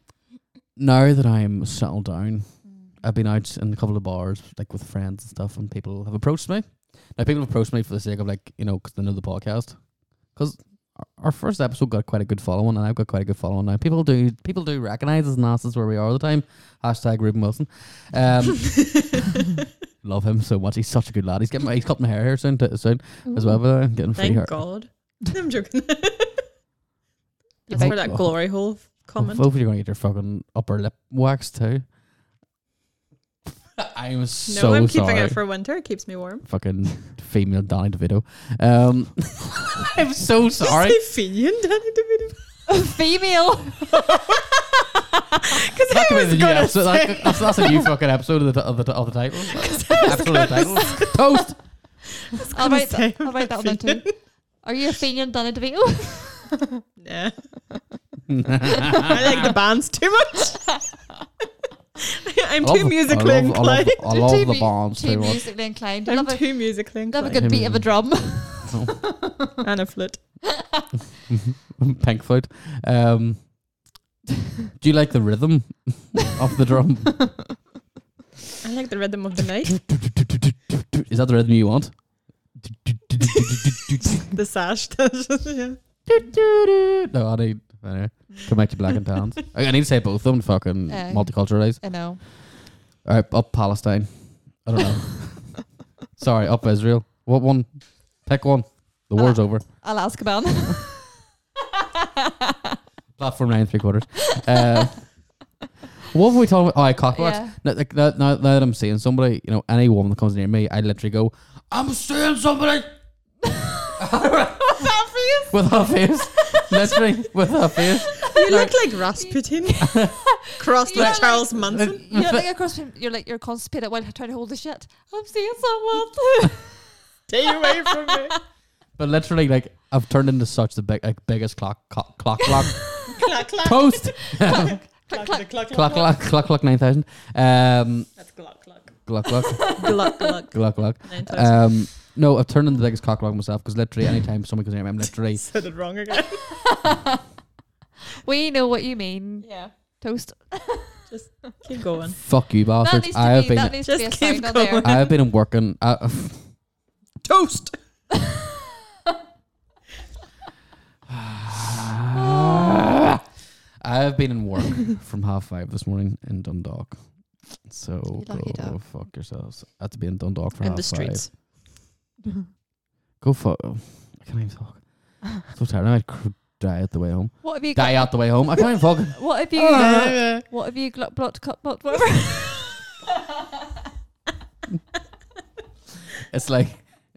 now that I'm settled down, Mm. I've been out in a couple of bars, like with friends and stuff, and people have approached me. Now, people have approached me for the sake of, like, you know, 'cause they know the podcast. 'Cause our- our first episode got quite a good following, and I've got quite a good following now. People do people do recognize us, and that's where we are all the time. Hashtag Ruben Wilson. Um, love him so much. He's such a good lad. He's getting my, he's cutting my hair here soon, t- soon as well. But I'm getting free Thank hair. God. I'm joking. That's Thank for that God. Oh, glory hole comment. Both of you are going to get your fucking upper lip waxed too. I'm No, so I'm keeping sorry. it for winter. It keeps me warm. fucking female Danny DeVito. Um, I'm so sorry. Did you say Fenian Danny DeVito? Female. Because That I could be was the new gonna episode. That- say, that's, that's a new fucking episode of the, of the, of the title. Episode of the title. Toast. I'll gonna write, say that, I'll write that one down too. Are you a Fenian Donna DeVito? nah, I like the bands too much. I'm I love too the- I musically love- I love, inclined. I love Too the mu- bonds Too too much. musically inclined. I'm Love a, too musically love a inclined. good beat of a drum. And a flute. Pink Floyd. Um, do you like the rhythm of the drum? I like the rhythm of the night, Is that the rhythm you want? the sash. That's just- yeah. no, I need. Anyway, come back to Black and Towns. I I need to say both of them. Fucking Aye. multiculturalize. I know. All right, up Palestine. I don't know. Sorry, up Israel. What one? Pick one. The war's over. I'll ask about. it. Platform nine and three quarters. Uh, what were we talking about? Oh, I cockblocks. Yeah. Now, like, now, now, now that I'm seeing somebody, you know, any woman that comes near me, I literally go, "I'm seeing somebody." with her face, literally with her face. You look like Rasputin crossed Yeah, with like- Charles Manson. You're not like across. You're like you're constipated while trying to hold the shit. I'm seeing someone. Stay away from me. But literally, like I've turned into such the big, like biggest clock, clock, clock, clock, clack, clack. post, Clack, clack, clack, clock, clock, clock, clock, nine thousand. Um, That's glock, glock. clock, clock. Glock, glock. Good luck, good luck. Nine thousand. Um, no, I've turned into the biggest cockroach myself because literally anytime someone comes near me, I'm literally Said it wrong again. we know what you mean. Yeah. Toast. Keep going. fuck you That bastards. needs to I have be. That been, needs Just to be a keep sign on there. going. I have uh, been working. I, Toast. I've been in work from half five this morning in Dundalk. So You lucky go dog. fuck yourselves. I had to be in Dundalk for in half the five. streets. Go fuck. Oh, I can't even talk. so tired. I might cr- die out the way home. What have you Die got? out the way home. I can't even fucking. What have you? uh, Ah. what have you? Glot, blot, cut, blot, whatever. Ah. It's like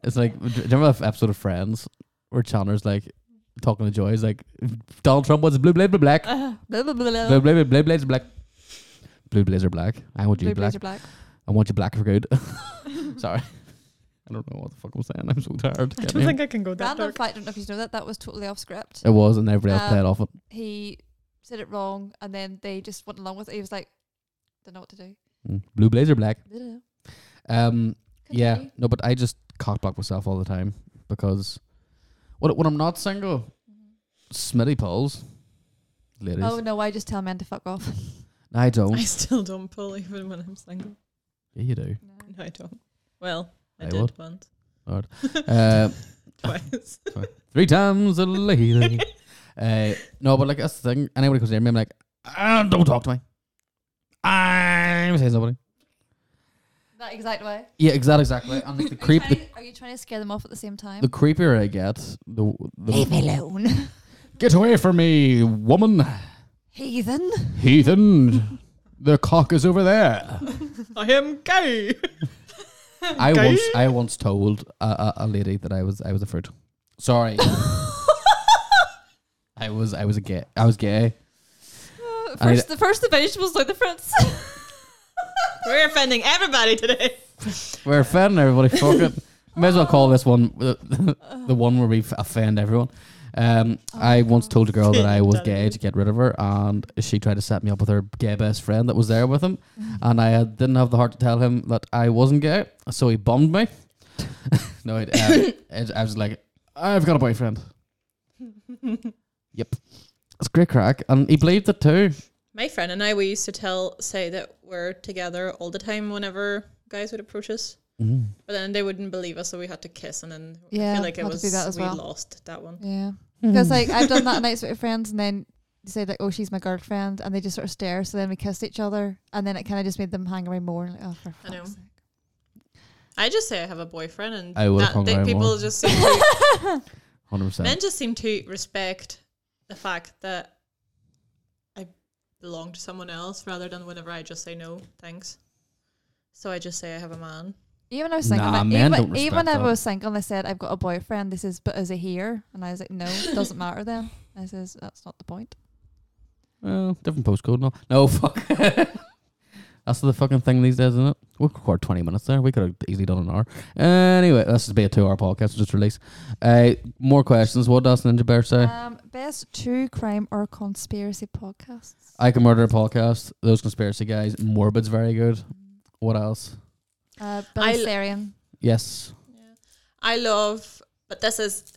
it's like do you remember that episode of Friends where Chandler's like talking to Joy. He's like Donald Trump was blue blazer black. blah, blah, blah, blah. Blue blazer blue blazer black. Blue blazer black. I want you Blue black. blazer black. I want you black for good. Sorry. I don't know what the fuck I'm saying. I'm so tired. I Can't don't even- think I can go that Random dark. fact. I don't know if you know that. That was totally off script. it was, and everybody else Uh, played off it. He said it wrong, and then they just went along with it. He was like, "Don't know what to do." Mm. Blue blazer black. Blah, blah, blah. Um, yeah, Continue. no, but I just cockblock myself all the time because when when I'm not single, Smitty pulls. Ladies, Oh no! I just tell men to fuck off. I I don't. still don't pull even when I'm single. Yeah, you do. No, I don't. Well, I, I did would. once. Alright. Uh, Twice. three times a lady. uh, no, but like that's the thing. Anybody comes near me, I'm like, ah, don't talk to me. I'm saying somebody. That exact way. Yeah, exactly, exactly. And like, the creep, Are you, the, trying, are you trying to scare them off at the same time? the creepier I get, the the Leave me alone, get away from me, woman, heathen. heathen. the cock is over there. I am gay. I once I once told a, a, a lady that I was I was a fruit. Sorry. I was I was a gay I was gay. I- First, the first the vegetables, like the fruits. We're offending everybody today. We're offending everybody. Fuck it. May as well call this one the, the one where we f- offend everyone. Um, I once told a girl that I was gay to get rid of her, and she tried to set me up with her gay best friend that was there with him, and I had, didn't have the heart to tell him that I wasn't gay, so he bummed me. no, it, uh, it, I was like, I've got a boyfriend. yep, it's great crack, and he believed it too. My friend and I, we used to tell, say that we're together all the time whenever guys would approach us. But then they wouldn't believe us, so we had to kiss, and then I Yeah, feel like it had to was do that as we well. lost that one. yeah, because Hmm. like I've done that nights with friends, and then they say like, "Oh, she's my girlfriend," and they just sort of stare. So then we kissed each other, and then it kind of just made them hang around more. Like, oh, for I know. fuck's sake. I just say I have a boyfriend, and I would've that, hung they, around people more. just seem to, Hundred percent. men just seem to respect the fact that I belong to someone else rather than whenever I just say no, thanks. So I just say I have a man. Even when I was single, Nah, like, men even, don't even respect when I that. was single, and I said I've got a boyfriend. This is, but is it here? And I was like, no, it doesn't matter then. I says that's not the point. Well, different postcode. No, no fuck. that's the fucking thing these days, isn't it? We could record twenty minutes there. We could have easily done an hour. Anyway, that's just be a two-hour podcast. we just release. Uh, more questions. What does Ninja Bear say? Um, best true crime or conspiracy podcasts. I can murder a podcast. Those conspiracy guys. Morbid's very good. What else? Uh, Bill I l- Sarian. Yes. Yeah. I love, but this is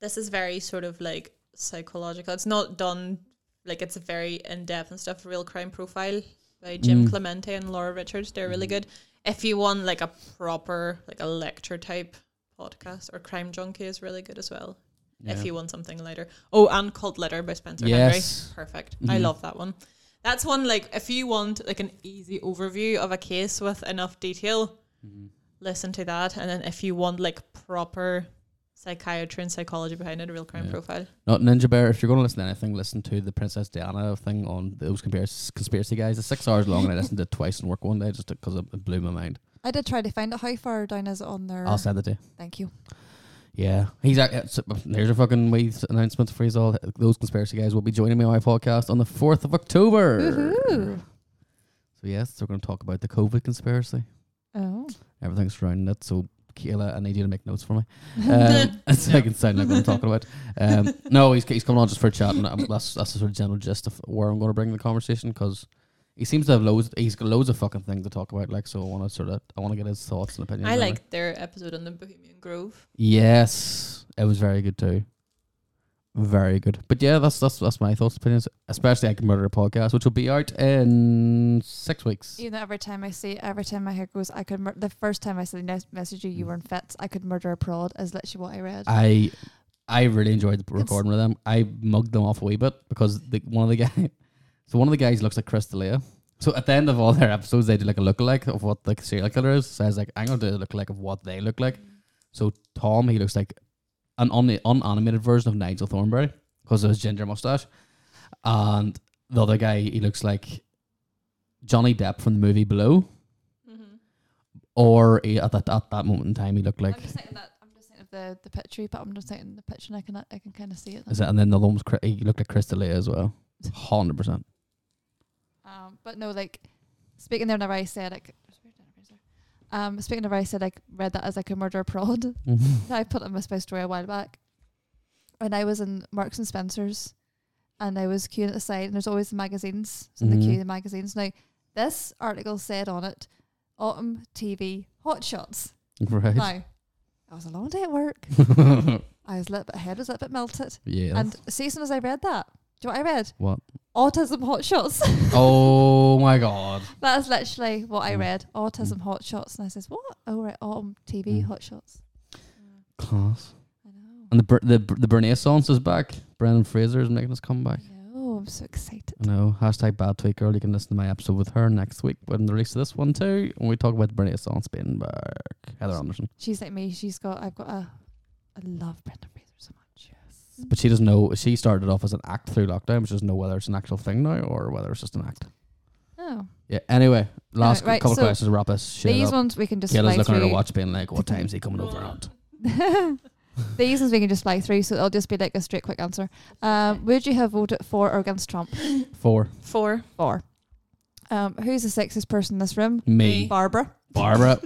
this is very sort of like psychological. It's not done like it's a very in depth and stuff. Real crime profile by Jim Mm. Clemente and Laura Richards. They're really good. If you want like a proper like a lecture type podcast or Crime Junkie is really good as well. If you want something lighter. Oh, and Cult Letter by Spencer Yes. Henry. Perfect. I Mhm. love that one. That's one like if you want like an easy overview of a case with enough detail, Mm-hmm. listen to that and then if you want like proper psychiatry and psychology behind it real crime Yeah. profile Not Ninja Bear. If you're going to listen to anything, listen to the Princess Diana thing on those conspiracy conspiracy guys. It's six hours long, and I listened to it twice in work one day just because it it blew my mind. I did try to find out how far down is it on there. I'll send it to you. Thank you. Yeah, he's ac- uh, so- there's a fucking wee s- announcement for you all. Those conspiracy guys will be joining me on my podcast on the fourth of October. Woohoo. So yes, we're going to talk about the COVID conspiracy, Oh. everything surrounding it. So Kayla, I need you to make notes for me, um, so I can sound like what I'm talking about. Um, no, he's he's coming on just for a chat, and um, that's that's the sort of general gist of where I'm going to bring the conversation because he seems to have loads. He's got loads of fucking things to talk about. Like, so I want to sort of I want to get his thoughts and opinions. i on it. like their episode on the bohemian grove Yes, it was very good too. Very good. But yeah, that's that's that's my thoughts, opinions. Especially I can murder a podcast, which will be out in six weeks. You know, every time I see, every time my hair goes, I could. Mur- the first time I said, "Nice message you, you were in fits." I could murder a prod. Is literally what I read. I I really enjoyed the recording with them. I mugged them off a wee bit because the, one of the guy, so one of the guys looks like Chris D'Elia. So at the end of all their episodes, they do like a lookalike of what the serial killer is. So I was like, I'm gonna do a lookalike of what they look like. So Tom, he looks like an un- unanimated version of Nigel Thornberry because of his ginger mustache, and the other guy, he looks like Johnny Depp from the movie Below. Mm-hmm. Or he, at that at that moment in time, he looked like I'm just thinking that I'm just thinking of the the picture you put. I'm just thinking the picture, and I can I can kind of see it. Is that, and then the other one was Chri- he looked like Chris D'Elia as well. Hundred percent. Um, but no, like speaking there, whenever I said like, um, speaking of, I said I read that as like a murder prod. I put it in my space story a while back, and I was in Marks and Spencers, and I was queuing at the side, and there's always the magazines so in the Mhm. queue, the magazines. Now, this article said on it, autumn TV hot shots. right. Now, that was a long day at work. I was a little bit head was a little bit melted, yeah. and see, as soon as I read that, do you know what I read? What? Autism hot shots. oh my god. That is literally what I Mm. read. Autism hot shots, and I says, "What? Oh right, autumn TV Mm. hot shots." Class. I know. And the Bur- the Bur- the Bernaissance is back. Brendan Fraser is making his comeback. I know. I'm so excited. I know. Hashtag bad tweet girl. You can listen to my episode with her next week when the release of this one too. And we talk about the Bernaissance being back. Heather Anderson. She's like me. She's got. I've got a. I love Brendan Fraser so much. But she doesn't know. She started off as an act through lockdown. But she doesn't know whether it's an actual thing now or whether it's just an act. Oh, Yeah. Anyway, last Anyway, right, couple so questions to wrap this shit these up. ones we can just Kayla's fly looking at her through. watch, being like, "What time's he coming over at?" these ones we can just fly through, so it'll just be like a straight, quick answer. Um, would you have voted for or against Trump? Four. Four. For. Um, who's the sexiest person in this room? Me. Me. Barbara. Barbara.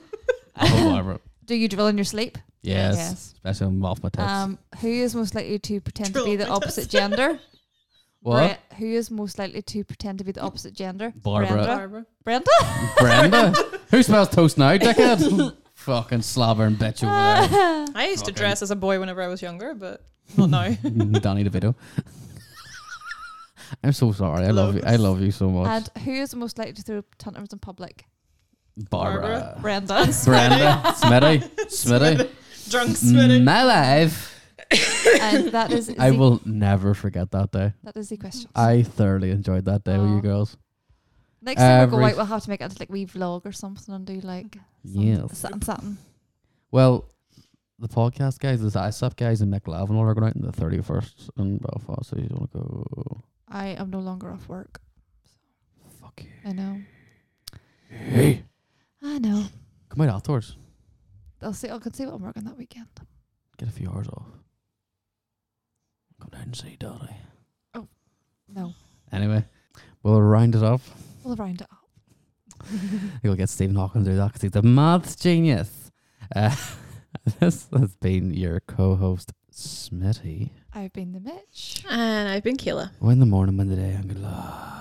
oh, Barbara. Do you drill in your sleep? Yes. Yes. Especially when I'm off my tips. Um, who is most likely to pretend to Drill be the my tits. opposite gender? what? Bre- who is most likely to pretend to be the opposite gender? Barbara. Barbara. Brenda. Brenda? Who smells toast now, dickhead? Fucking slobbering bitch over there. Brenda. I used Fucking- to dress as a boy whenever I was younger, but not now. Mm-hmm. Danny DeVito. I'm so sorry. I love you. I love you so much. and who is most likely to throw tantrums in public? Barbara. Brenda. Brenda. Smitty. Smitty. Drunk sweating. My life. and that is I the- will never forget that day. that is the question. I thoroughly enjoyed that day with you Aw. girls. Next time we go every- out, we'll have to make it into, like we vlog or something and do like Yes. something, something. Well, the podcast guys, the ISAP guys, and Mick Lavin all are going out on the 31st in Belfast. So you want to go? I am no longer off work. Fuck you. I know. Hey. I know. Come out afterwards. I'll see. I can see what I'm working that weekend. Get a few hours off. Come down and see Daddy. No, Anyway, we'll round it up. we'll round it up. We'll get Stephen Hawking to do that 'cause he's a maths genius. Uh, this has been your co-host, Smitty. I've been the Mitch. And I've been Kayla. When the morning, when the day, and good luck.